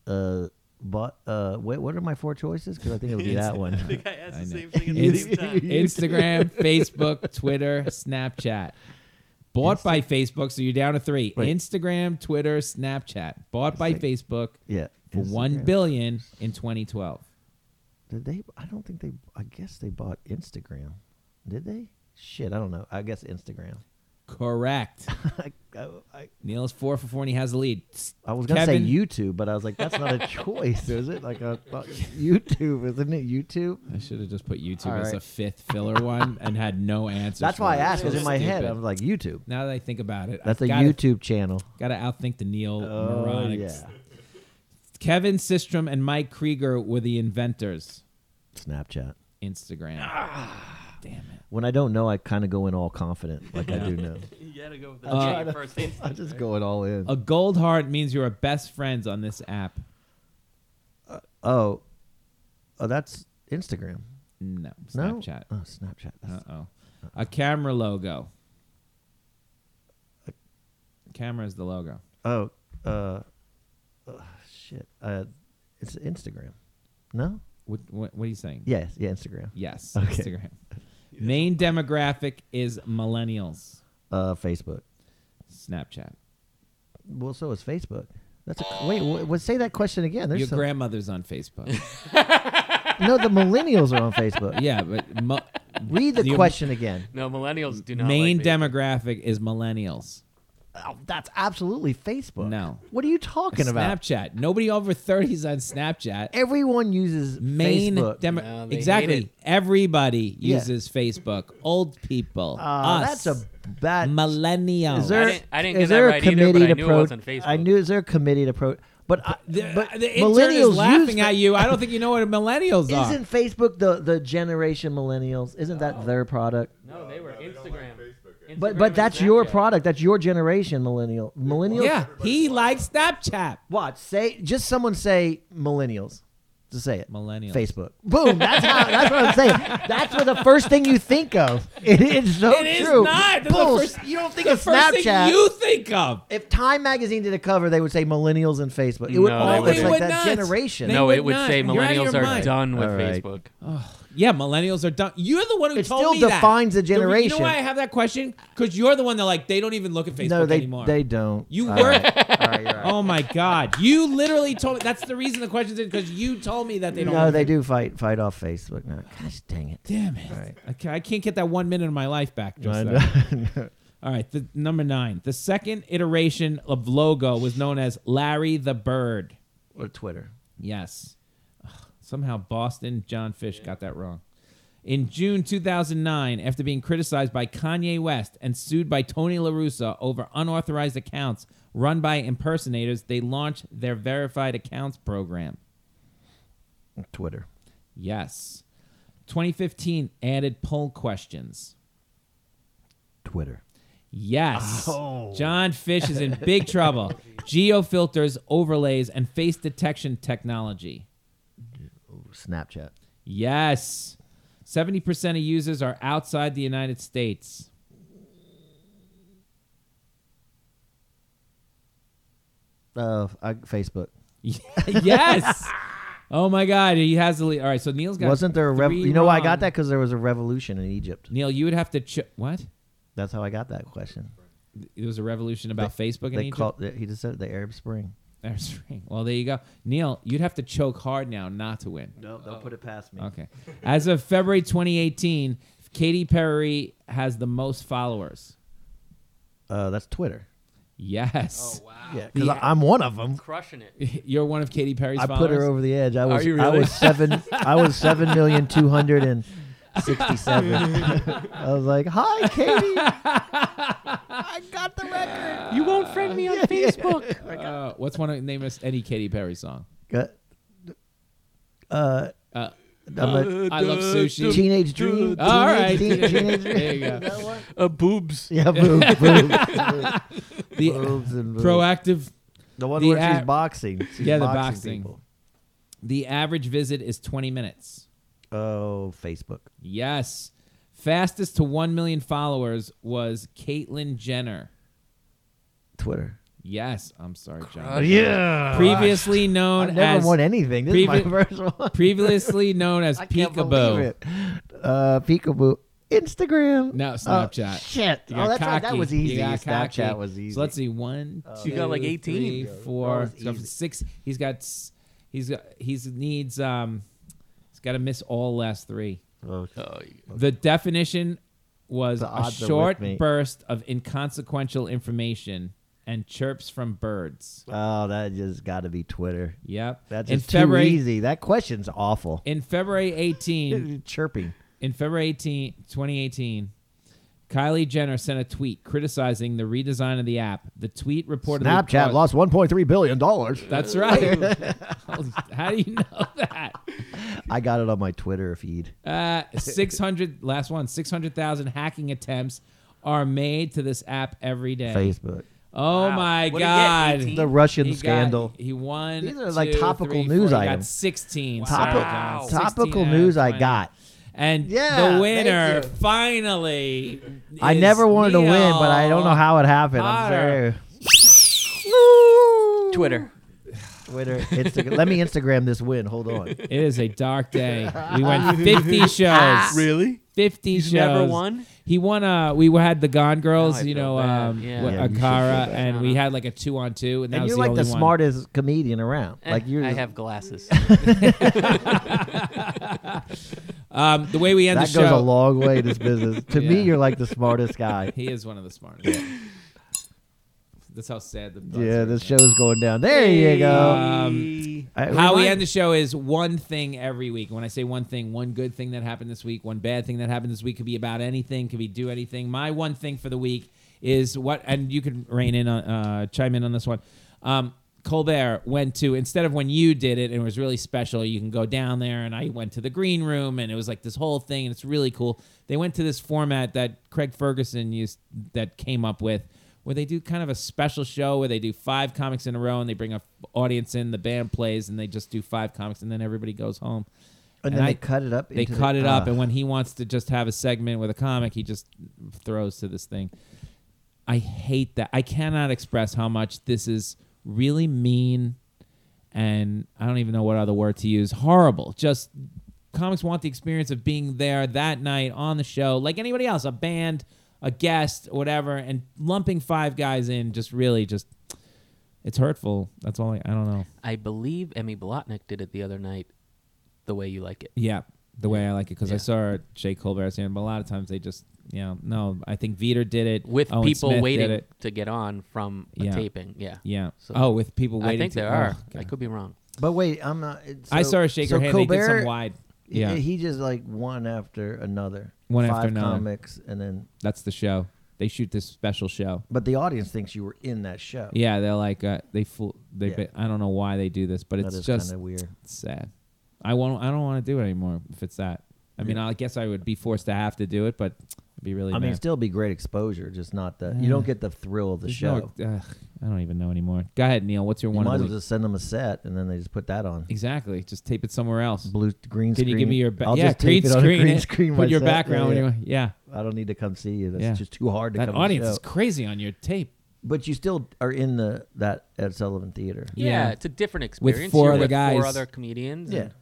C: Uh, but uh, wait, what are my four choices? Because I think it would be that one.
D: I asked
B: I
D: the
B: know. (laughs)
D: same thing at the
B: Inst-
D: same time.
C: (laughs)
B: Instagram, Facebook, Twitter, Snapchat. Bought by Facebook, so you're down to three.
C: Wait.
B: Instagram, Twitter, Snapchat. Bought by
C: Instagram.
B: Facebook
C: Yeah.
B: for one
C: Instagram.
B: billion in 2012.
C: Did they? I don't think they. I guess they bought Instagram. Did they? Shit, I don't know. I guess Instagram. (laughs)
B: Correct. (laughs)
C: I, I, I,
B: Neil's four for four, and he has the lead.
C: I was gonna
B: Kevin,
C: say YouTube, but I was like, that's
B: (laughs)
C: not a choice, is it? Like I thought YouTube, isn't it YouTube?
B: I should have just put YouTube
C: All
B: as a
C: right.
B: fifth filler one and had
C: (laughs)
B: no answers.
C: That's why I
B: for it.
C: asked.
B: So
C: Because in my head,
B: stupid.
C: I'm like YouTube.
B: now that I think about it,
C: That's
B: I've
C: a
B: gotta,
C: YouTube channel.
B: Gotta outthink the Neil
C: Oh
B: moronic.
C: yeah,
B: Kevin Systrom and Mike Krieger were the inventors.
C: Snapchat.
B: Instagram.
C: Ah.
B: Damn it.
C: When I don't know, I kind of go in all confident, like I
B: (laughs)
C: do know.
D: You gotta go with the
B: Uh,
D: G first.
C: I just go it all in.
B: A gold heart means you are best friends on this app.
C: Oh, oh, that's Instagram.
B: No,
C: No,
B: Snapchat.
C: Oh, Snapchat.
B: Uh
C: That's,
B: oh. A camera logo. Camera is the logo.
C: oh, uh, oh, shit. Uh, it's Instagram. No.
B: What, what, what are you saying?
C: Yes. Yeah. Instagram.
B: Yes,
C: Okay.
B: Instagram.
D: (laughs)
B: Main demographic is millennials.
C: Uh, Facebook.
B: Snapchat.
C: Well, so is Facebook. That's a, wait. wha- What? Say that question again. There's
B: Your
C: some,
B: grandmother's on
D: (laughs)
B: Facebook.
C: no. The millennials are on Facebook.
B: yeah, but
D: (laughs)
B: mo- (laughs)
C: Read the
B: Your-
C: question again.
D: No, millennials do not.
B: main
D: like Facebook.
B: demographic is millennials.
C: Oh, that's absolutely Facebook.
B: No.
C: What are you talking about?
B: Snapchat. Nobody over 30s on Snapchat.
C: Everyone uses
B: Main
C: Facebook.
B: demo-
D: No, they hate
B: exactly.
D: it.
B: Everybody
C: Yeah.
B: uses Facebook. Old people.
C: Uh,
B: us.
C: That's a bad.
B: millennial.
C: is there,
D: Oh, I didn't- I didn't
C: is
D: get that
C: there a
D: right either,
C: committee
D: but I
C: to
D: knew it
C: pro-
D: was on Facebook.
C: I knew is there a committee to pro? But I,
B: the, uh,
C: but
B: the intern
C: millennials
B: is laughing
C: use
B: at you. I don't think you know what millennials
C: Fa-
B: are.
C: (laughs) isn't Facebook the the generation millennials? Isn't
D: Oh.
C: that their product?
D: Uh, No, Oh, they were Instagram.
E: Facebook.
C: But
D: Instagram
C: but
D: and
C: that's your
D: Snapchat.
C: product. That's your generation millennial millennials.
B: yeah, he likes Snapchat.
C: Watch. Say just someone say millennials. Just say it.
B: Millennials.
C: Facebook. Boom. That's how. that's what I'm saying. That's what the first thing you think of. (laughs) It is so
B: It is
C: Oh, true.
B: not. That's the
C: Bull-
B: first-
C: you don't think
B: the
C: of
B: first
C: Snapchat.
B: thing you think of.
C: if Time Magazine did a cover, they would say millennials and Facebook. It would
D: No,
C: all
D: they
C: it's like
B: would
C: that
B: not.
C: generation.
B: They
D: No,
B: would
D: it would
B: not.
D: say
B: You're out of
D: millennials
B: your
D: are
B: mind.
D: done with
C: All right.
D: Facebook.
B: Yeah, millennials are dumb. You're the one who
C: It
B: told
C: still
B: me that.
C: defines
B: The
C: a
B: re- You know
C: generation.
B: why I have that question? Because you're the one that like they don't even look at Facebook
C: no, they
B: anymore.
C: they Uh, don't.
B: You
C: All
B: were-
C: right. All
B: (laughs)
C: right, you're right.
B: Oh my God! You literally told me. That's the reason the question's in because you told me that they don't.
C: no,
B: look
C: they
B: at-
C: do fight fight off Facebook now. Gosh dang it.
B: Damn it!
C: All right.
B: I ca- I can't get that one minute of my life back. Just
C: I
B: then.
C: know. (laughs)
B: All right, the number nine. The second iteration of logo was known as Larry the Bird.
C: or Twitter.
B: Yes. Ugh, Somehow Boston John Fish got that wrong. In June 2009, after being criticized by Kanye West and sued by Tony La Russa over unauthorized accounts run by impersonators, they launched their verified accounts program.
C: Twitter.
B: Yes. 2015 added poll questions.
C: Twitter.
B: Yes. John Fish is in big trouble. Geo filters, overlays, and face detection technology.
C: Snapchat.
B: Yes. 70% of users are outside the United
C: (laughs)
B: States.
C: Uh, I, Facebook.
B: yes. Oh my God. He has the lead. All right. So Neil's got.
C: Wasn't there a rev-
B: three
C: you know why I
B: wrong.
C: got that because there was a revolution in Egypt.
B: Neil, you would have to. Ch- what?
C: That's how I got that question.
B: It was a revolution about Facebook and
C: They
B: Egypt?
C: called he just said the Arab Spring.
B: (laughs) There's three. Well, there you go. Neil, you'd have to choke hard now not to win.
C: No, don't put it past me.
B: Okay. As of February 2018, Katy Perry has the most followers.
C: Uh, that's Twitter.
B: Yes.
D: wow.
C: Yeah, because
B: Yeah.
C: I'm one of them.
D: Crushing it.
B: (laughs) You're one of Katy Perry's
C: I
B: followers.
C: put her over the edge. I was
B: you
C: I
B: really?
C: was seven I
B: (laughs)
C: was seven million two hundred and sixty seven. I was like, Hi
B: (laughs)
C: Katie. I got the record.
B: You won't friend me on Facebook. uh, what's one of name us any Katy Perry song?
C: Got, uh,
B: Uh,
C: I'm
B: I love
C: a
B: sushi.
C: teenage dream.
B: All right. (laughs)
C: teenage, teen- teenage dream.
B: there you go.
D: Uh, boobs.
B: (laughs)
C: Yeah, boom, boom,
B: The
C: boobs and boobs.
B: proactive.
C: the one
B: the
C: where she's
B: a-
C: boxing. She's
B: Yeah, the
C: boxing
B: boxing.
C: people.
B: The average visit is 20 minutes.
C: Oh, Facebook.
B: Yes. Fastest to 1 million followers was Caitlyn Jenner.
C: Twitter.
B: Yes, I'm sorry,
C: Oh,
B: John.
C: yeah.
B: Previously known
C: I never
B: as
C: won anything. This is
B: previ-
C: my (laughs) first one.
B: previously known as
C: I can't believe
B: Peekaboo.
C: it. Uh, peekaboo. Instagram.
B: No,
C: Oh,
B: Snapchat.
C: shit.
B: You
C: Oh,
B: got
C: that's right. That
B: cocky.
C: was
B: You
C: easy.
B: got cocky.
C: Snapchat was easy.
B: So let's see. One,
D: You got like
B: two,
D: 18.
B: three,
D: Yeah, that
B: four.
C: was
B: He's got
C: easy.
B: six. He's got. s- He's got. He's needs. Um, he's got to miss all last three.
C: Oh,
D: Oh,
B: The definition was
C: The
B: a
C: odds are with
B: short
C: me.
B: burst of inconsequential information and chirps from birds.
C: oh, that just got to be Twitter.
B: Yep.
C: That's
B: in
C: just
B: February.
C: too easy. That question's awful.
B: In February
C: (laughs)
B: 18,
C: Chirping.
B: In February 18, 2018, Kylie Jenner sent a tweet criticizing the redesign of the app. The tweet reportedly
C: Snapchat
B: caused-
C: lost 1.3 billion dollars.
B: That's
C: (laughs)
B: right. (laughs) Holy- How do you know that?
C: I got it on my Twitter feed.
B: Uh, 600 last one, 600,000 hacking attempts are made to this app every day.
C: Facebook.
B: Oh
D: Wow.
B: my
D: What'd he get,
B: god.
D: 18?
C: The Russian
B: He got-
C: scandal.
B: he won.
C: These are like
B: two,
C: topical
B: three,
C: news
B: four. He got
C: items.
B: 16.
C: Topi-
B: Sorry, John. 16
C: Topical
B: out of
C: news I
B: 20.
C: got.
B: And
C: Yeah,
B: the
C: thank
B: winner
C: you.
B: finally.
C: I
B: is
C: never wanted to win, but I don't
B: Neil.
C: know how it happened.
B: Potter.
C: I'm sorry.
D: Twitter.
C: Twitter, Instagram. Let me Instagram this win. Hold
B: (laughs)
C: on.
B: It is a dark day. We
C: (laughs)
B: went 50 shows.
D: Really?
B: 50
D: He's
B: shows.
D: never won?
B: He won. Uh, we had the Gone Girls,
C: Oh,
D: I
B: you know,
D: feel bad.
B: um,
D: Yeah.
B: with
C: Yeah, you should
B: Akara,
C: feel bad. Uh-huh.
B: and we had like a two on two, and that
C: And
B: was
C: you're
B: the
C: like
B: only
C: the
B: one.
C: smartest comedian around. Like you're.
D: Eh, I have
B: (laughs)
D: glasses.
B: Um, the way we end
C: that
B: the
C: goes
B: show.
C: a long way. This business. To
B: Yeah.
C: me, you're like the smartest guy.
B: He is one of the smartest. That's how sad the thoughts
C: yeah,
B: are.
C: this show's going down. There you go.
B: Um,
C: I-
B: How we
C: remind-
B: end the show is one thing every week. When I say one thing, one good thing that happened this week, one bad thing that happened this week could be about anything, could be do anything. My one thing for the week is what, and you can rein in, on, uh, chime in on this one. Um, Colbert went to instead of when you did it and it was really special. You can go down there, and I went to the green room, and it was like this whole thing, and it's really cool. They went to this format that Craig Ferguson used that came up with where they do kind of a special show where they do five comics in a row and they bring a f- audience in, the band plays, and they just do five comics, and then everybody goes home.
C: And,
B: and
C: then
B: I-
C: they cut it up.
B: They
C: into the-
B: cut it up,
C: uh,
B: and when he wants to just have a segment with a comic, he just throws to this thing. I hate that. I cannot express how much this is really mean, and I don't even know what other word to use. Horrible. Just comics want the experience of being there that night on the show, like anybody else, a band, a guest, whatever, and lumping five guys in just really just. It's hurtful. That's all I, I don't know.
D: I believe Emmy Blotnick did it the other night. The way you like it.
B: Yeah, the way I like it because I
D: Yeah.
B: saw her at Jay Colbert's and but a lot of times they just you know no. I think Veter did it
D: with
B: Owen
D: people
B: Oh, Smith did
D: waiting
B: it.
D: to get on from a
B: Yeah.
D: taping. Yeah.
B: Yeah.
D: So-
B: oh, with people
D: I
B: waiting.
D: think
B: to,
D: there are.
B: oh,
D: I
B: God.
D: could be wrong.
C: But wait, I'm not. it-
B: I
C: so-
B: saw her shake
C: so
B: her hand. they did some
C: Colbert-
B: wide.
C: He-
B: Yeah,
C: He just like one after another.
B: One
C: Five
B: after another.
C: comics, and then
B: that's the show. They shoot this special show.
C: but the audience thinks you were in that
D: Oh.
C: show.
B: Yeah, they're like uh, they fool. They
C: Yeah.
B: I don't know why they do this, but
C: that
B: it's
C: is
B: just
C: kind of weird.
B: sad. I won't. I don't want to do it anymore if it's that. I mean, I guess I would be forced to have to do it, but it'd be really.
C: I mean,
B: mad.
C: it'd still be great exposure, just not that you don't get the thrill of the
B: There's
C: show.
B: no- ugh, I don't even know anymore. Go ahead, Neil. What's your
C: you
B: one? of
C: might as
B: the
C: well
B: week?
C: just send them a set, and then they just put that on
B: Exactly. Just tape it somewhere else.
C: blue green
B: Can
C: screen.
B: you give me your ba-
C: I'll
B: yeah
C: just tape
B: green
C: it on a
B: screen?
C: green
B: it.
C: (laughs) screen
B: Put your
C: myself. Yeah,
B: background. when
C: yeah.
B: you want- Yeah.
C: I don't need to come see you. That's
B: Yeah.
C: just too hard to
B: That
C: come.
B: audience
C: to
B: is
C: show.
B: crazy on your tape
C: But you still are in the that Ed Sullivan Theater.
D: Yeah,
B: Yeah.
D: it's a different experience.
B: four
D: You're
B: other
D: with
B: guys.
D: four other comedians.
C: Yeah,
D: and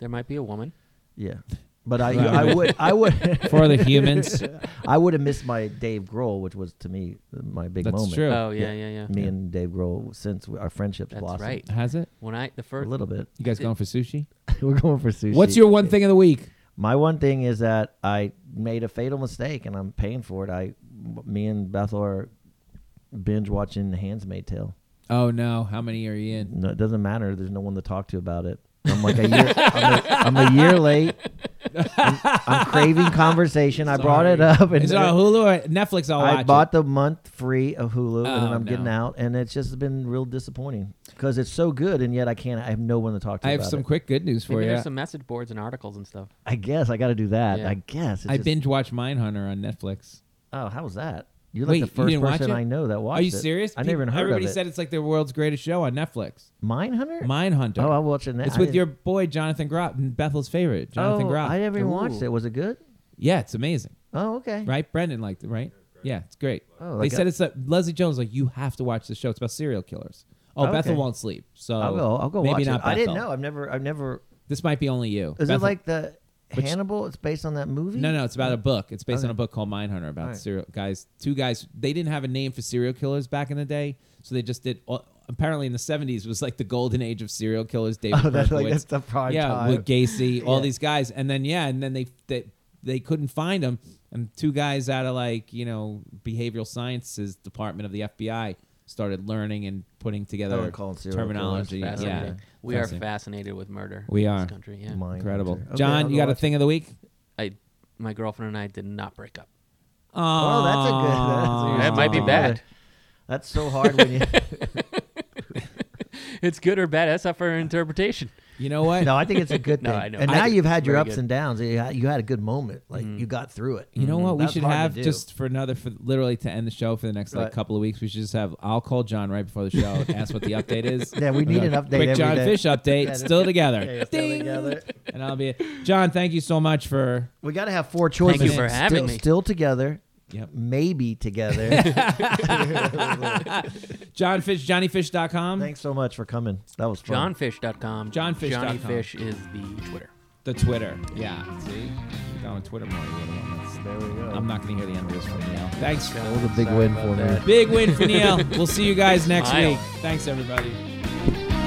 D: there might be a woman.
C: yeah. But I,
B: Right.
C: I would,
B: (laughs)
C: I would, (laughs)
B: for
D: (laughs)
B: the humans.
C: I would have missed my Dave Grohl, which was to me my big
B: That's
C: moment.
B: true.
D: Oh yeah, yeah, yeah.
C: Me and Dave Grohl since our friendship's
D: That's
C: blossomed
D: right.
B: Has it?
D: When I the
C: a
D: first
C: little bit. (laughs)
B: You guys going for sushi?
C: We're going for sushi.
B: What's your one thing of the week?
C: My one thing is that I made a fatal mistake and I'm paying for it. I, me and Bethel are binge watching The Handmaid's Tale.
B: Oh no, how many are you in?
C: No, it doesn't matter. There's no one to talk to about it. I'm like a year. I'm, a, I'm a year late. I'm, I'm craving conversation. I brought it
B: Sorry.
C: up. And
B: Is it on Hulu or Netflix? I'll watch
C: I
B: it.
C: bought the month free of Hulu, and
B: Oh,
C: then I'm getting
B: no.
C: out, and it's just been real disappointing because it's so good, and yet I can't. I have no one to talk to.
B: I have
C: about
B: some
C: it.
B: quick good news for
D: Maybe
B: you.
D: there's some message boards and articles and stuff.
C: I guess I got to do that.
D: Yeah.
C: I guess. It's
B: I
C: just-
B: binge watched Mindhunter on Netflix.
C: Oh, how was that? You're
B: Wait,
C: like the
B: you
C: first
B: didn't watch
C: person
B: it?
C: I know that watched
B: Are you
C: it.
B: serious?
C: I never even
B: People-
C: heard
B: Everybody
C: of it.
B: said it's like the world's greatest show on Netflix.
C: Mindhunter.
B: Mindhunter.
C: Oh, I'll watch it now.
B: It's
C: I
B: with
C: didn't-
B: your boy Jonathan Groff, Bethel's favorite, Jonathan
C: oh,
B: Groff.
C: I never even watched
D: Ooh.
C: it. Was it good?
B: yeah, it's amazing.
C: Oh, okay.
B: Right? Brendan liked it, right? Yeah, it's great.
C: Oh,
B: they
C: like
B: said
C: a-
B: it's like, Leslie Jones like you have to watch the show. It's about serial killers. Oh,
C: Okay.
B: Bethel won't sleep, so
C: I'll go. I'll go
B: maybe
C: watch
B: not
C: it. I didn't
B: Bethel.
C: know. I've never. I've never.
B: This might be only you.
C: Is it
B: Bethel-
C: like the Hannibal? It's based on that movie.
B: No, no, it's about a book. It's based on
C: Okay.
B: a book called Mindhunter about
C: Alright.
B: serial guys. Two guys. They didn't have a name for serial killers back in the day, so they just did. Apparently, in the seventies was like the golden age of serial killers. David
C: Oh, that's like-
B: Berkowitz.
C: that's the prime
B: yeah,
C: time.
B: with
C: (laughs)
B: Gacy, all these guys, and then yeah, and then they they they couldn't find them, and two guys out of like you know behavioral sciences department of the FBI started learning and putting together
C: Oh, and calling serial killers
B: terminology.
D: Fascinating.
B: Yeah,
D: We are
B: Fascinating.
D: fascinated with murder.
B: We
D: in
B: are.
D: This country, yeah.
C: Mindhunter.
B: incredible.
C: Okay,
B: John,
C: I'll
B: you got a
C: watch
B: thing of the week?
D: I, my girlfriend and I did not break up.
C: Oh, that's a good.
B: Aw.
C: That's a
D: That might be
C: good-
D: bad.
C: That's so hard
B: (laughs)
C: when you.
D: It's good or bad. That's up for interpretation.
B: You know what?
C: No, I think it's a good
D: (laughs)
C: thing.
D: No, I know.
C: And
D: I
C: now
D: think
C: you've had your
D: very
C: ups
D: good.
C: and downs. You had, you had a good moment. Like you got through it.
B: Mm. You know
D: Mm-hmm.
B: what? We
C: Mm-hmm. That's
B: should
C: hard to
B: have
C: do.
B: just for another, for literally to end the show for the next like
C: Right.
B: couple of weeks. We should just have. I'll call John right before the show and ask what the update is.
C: (laughs) Yeah, we need an update
B: Quick
C: every
B: John
C: day.
B: Fish update.
C: That is-
B: still together.
C: (laughs) Yeah, you're still
B: Ding!
C: together.
B: And I'll be John. Thank you so much for.
C: We got to have four choices.
D: you for
C: still,
D: having me.
C: Still together.
B: Yep.
C: Maybe together.
D: (laughs)
B: John Fish, JohnnyFish.com.
C: Thanks so much for coming. That was fun.
D: Johnfish.com.
B: Johnfish dot com.
D: Johnny Fish is the Twitter.
B: The Twitter. Yeah. See? Go on Twitter more. You're the one that's-
C: There we go.
B: I'm not going to hear the end of this one, Neil. Thanks.
C: That was a big win for me.
B: Big win for Neil. We'll see you guys next
D: Smile.
B: week. Thanks, everybody.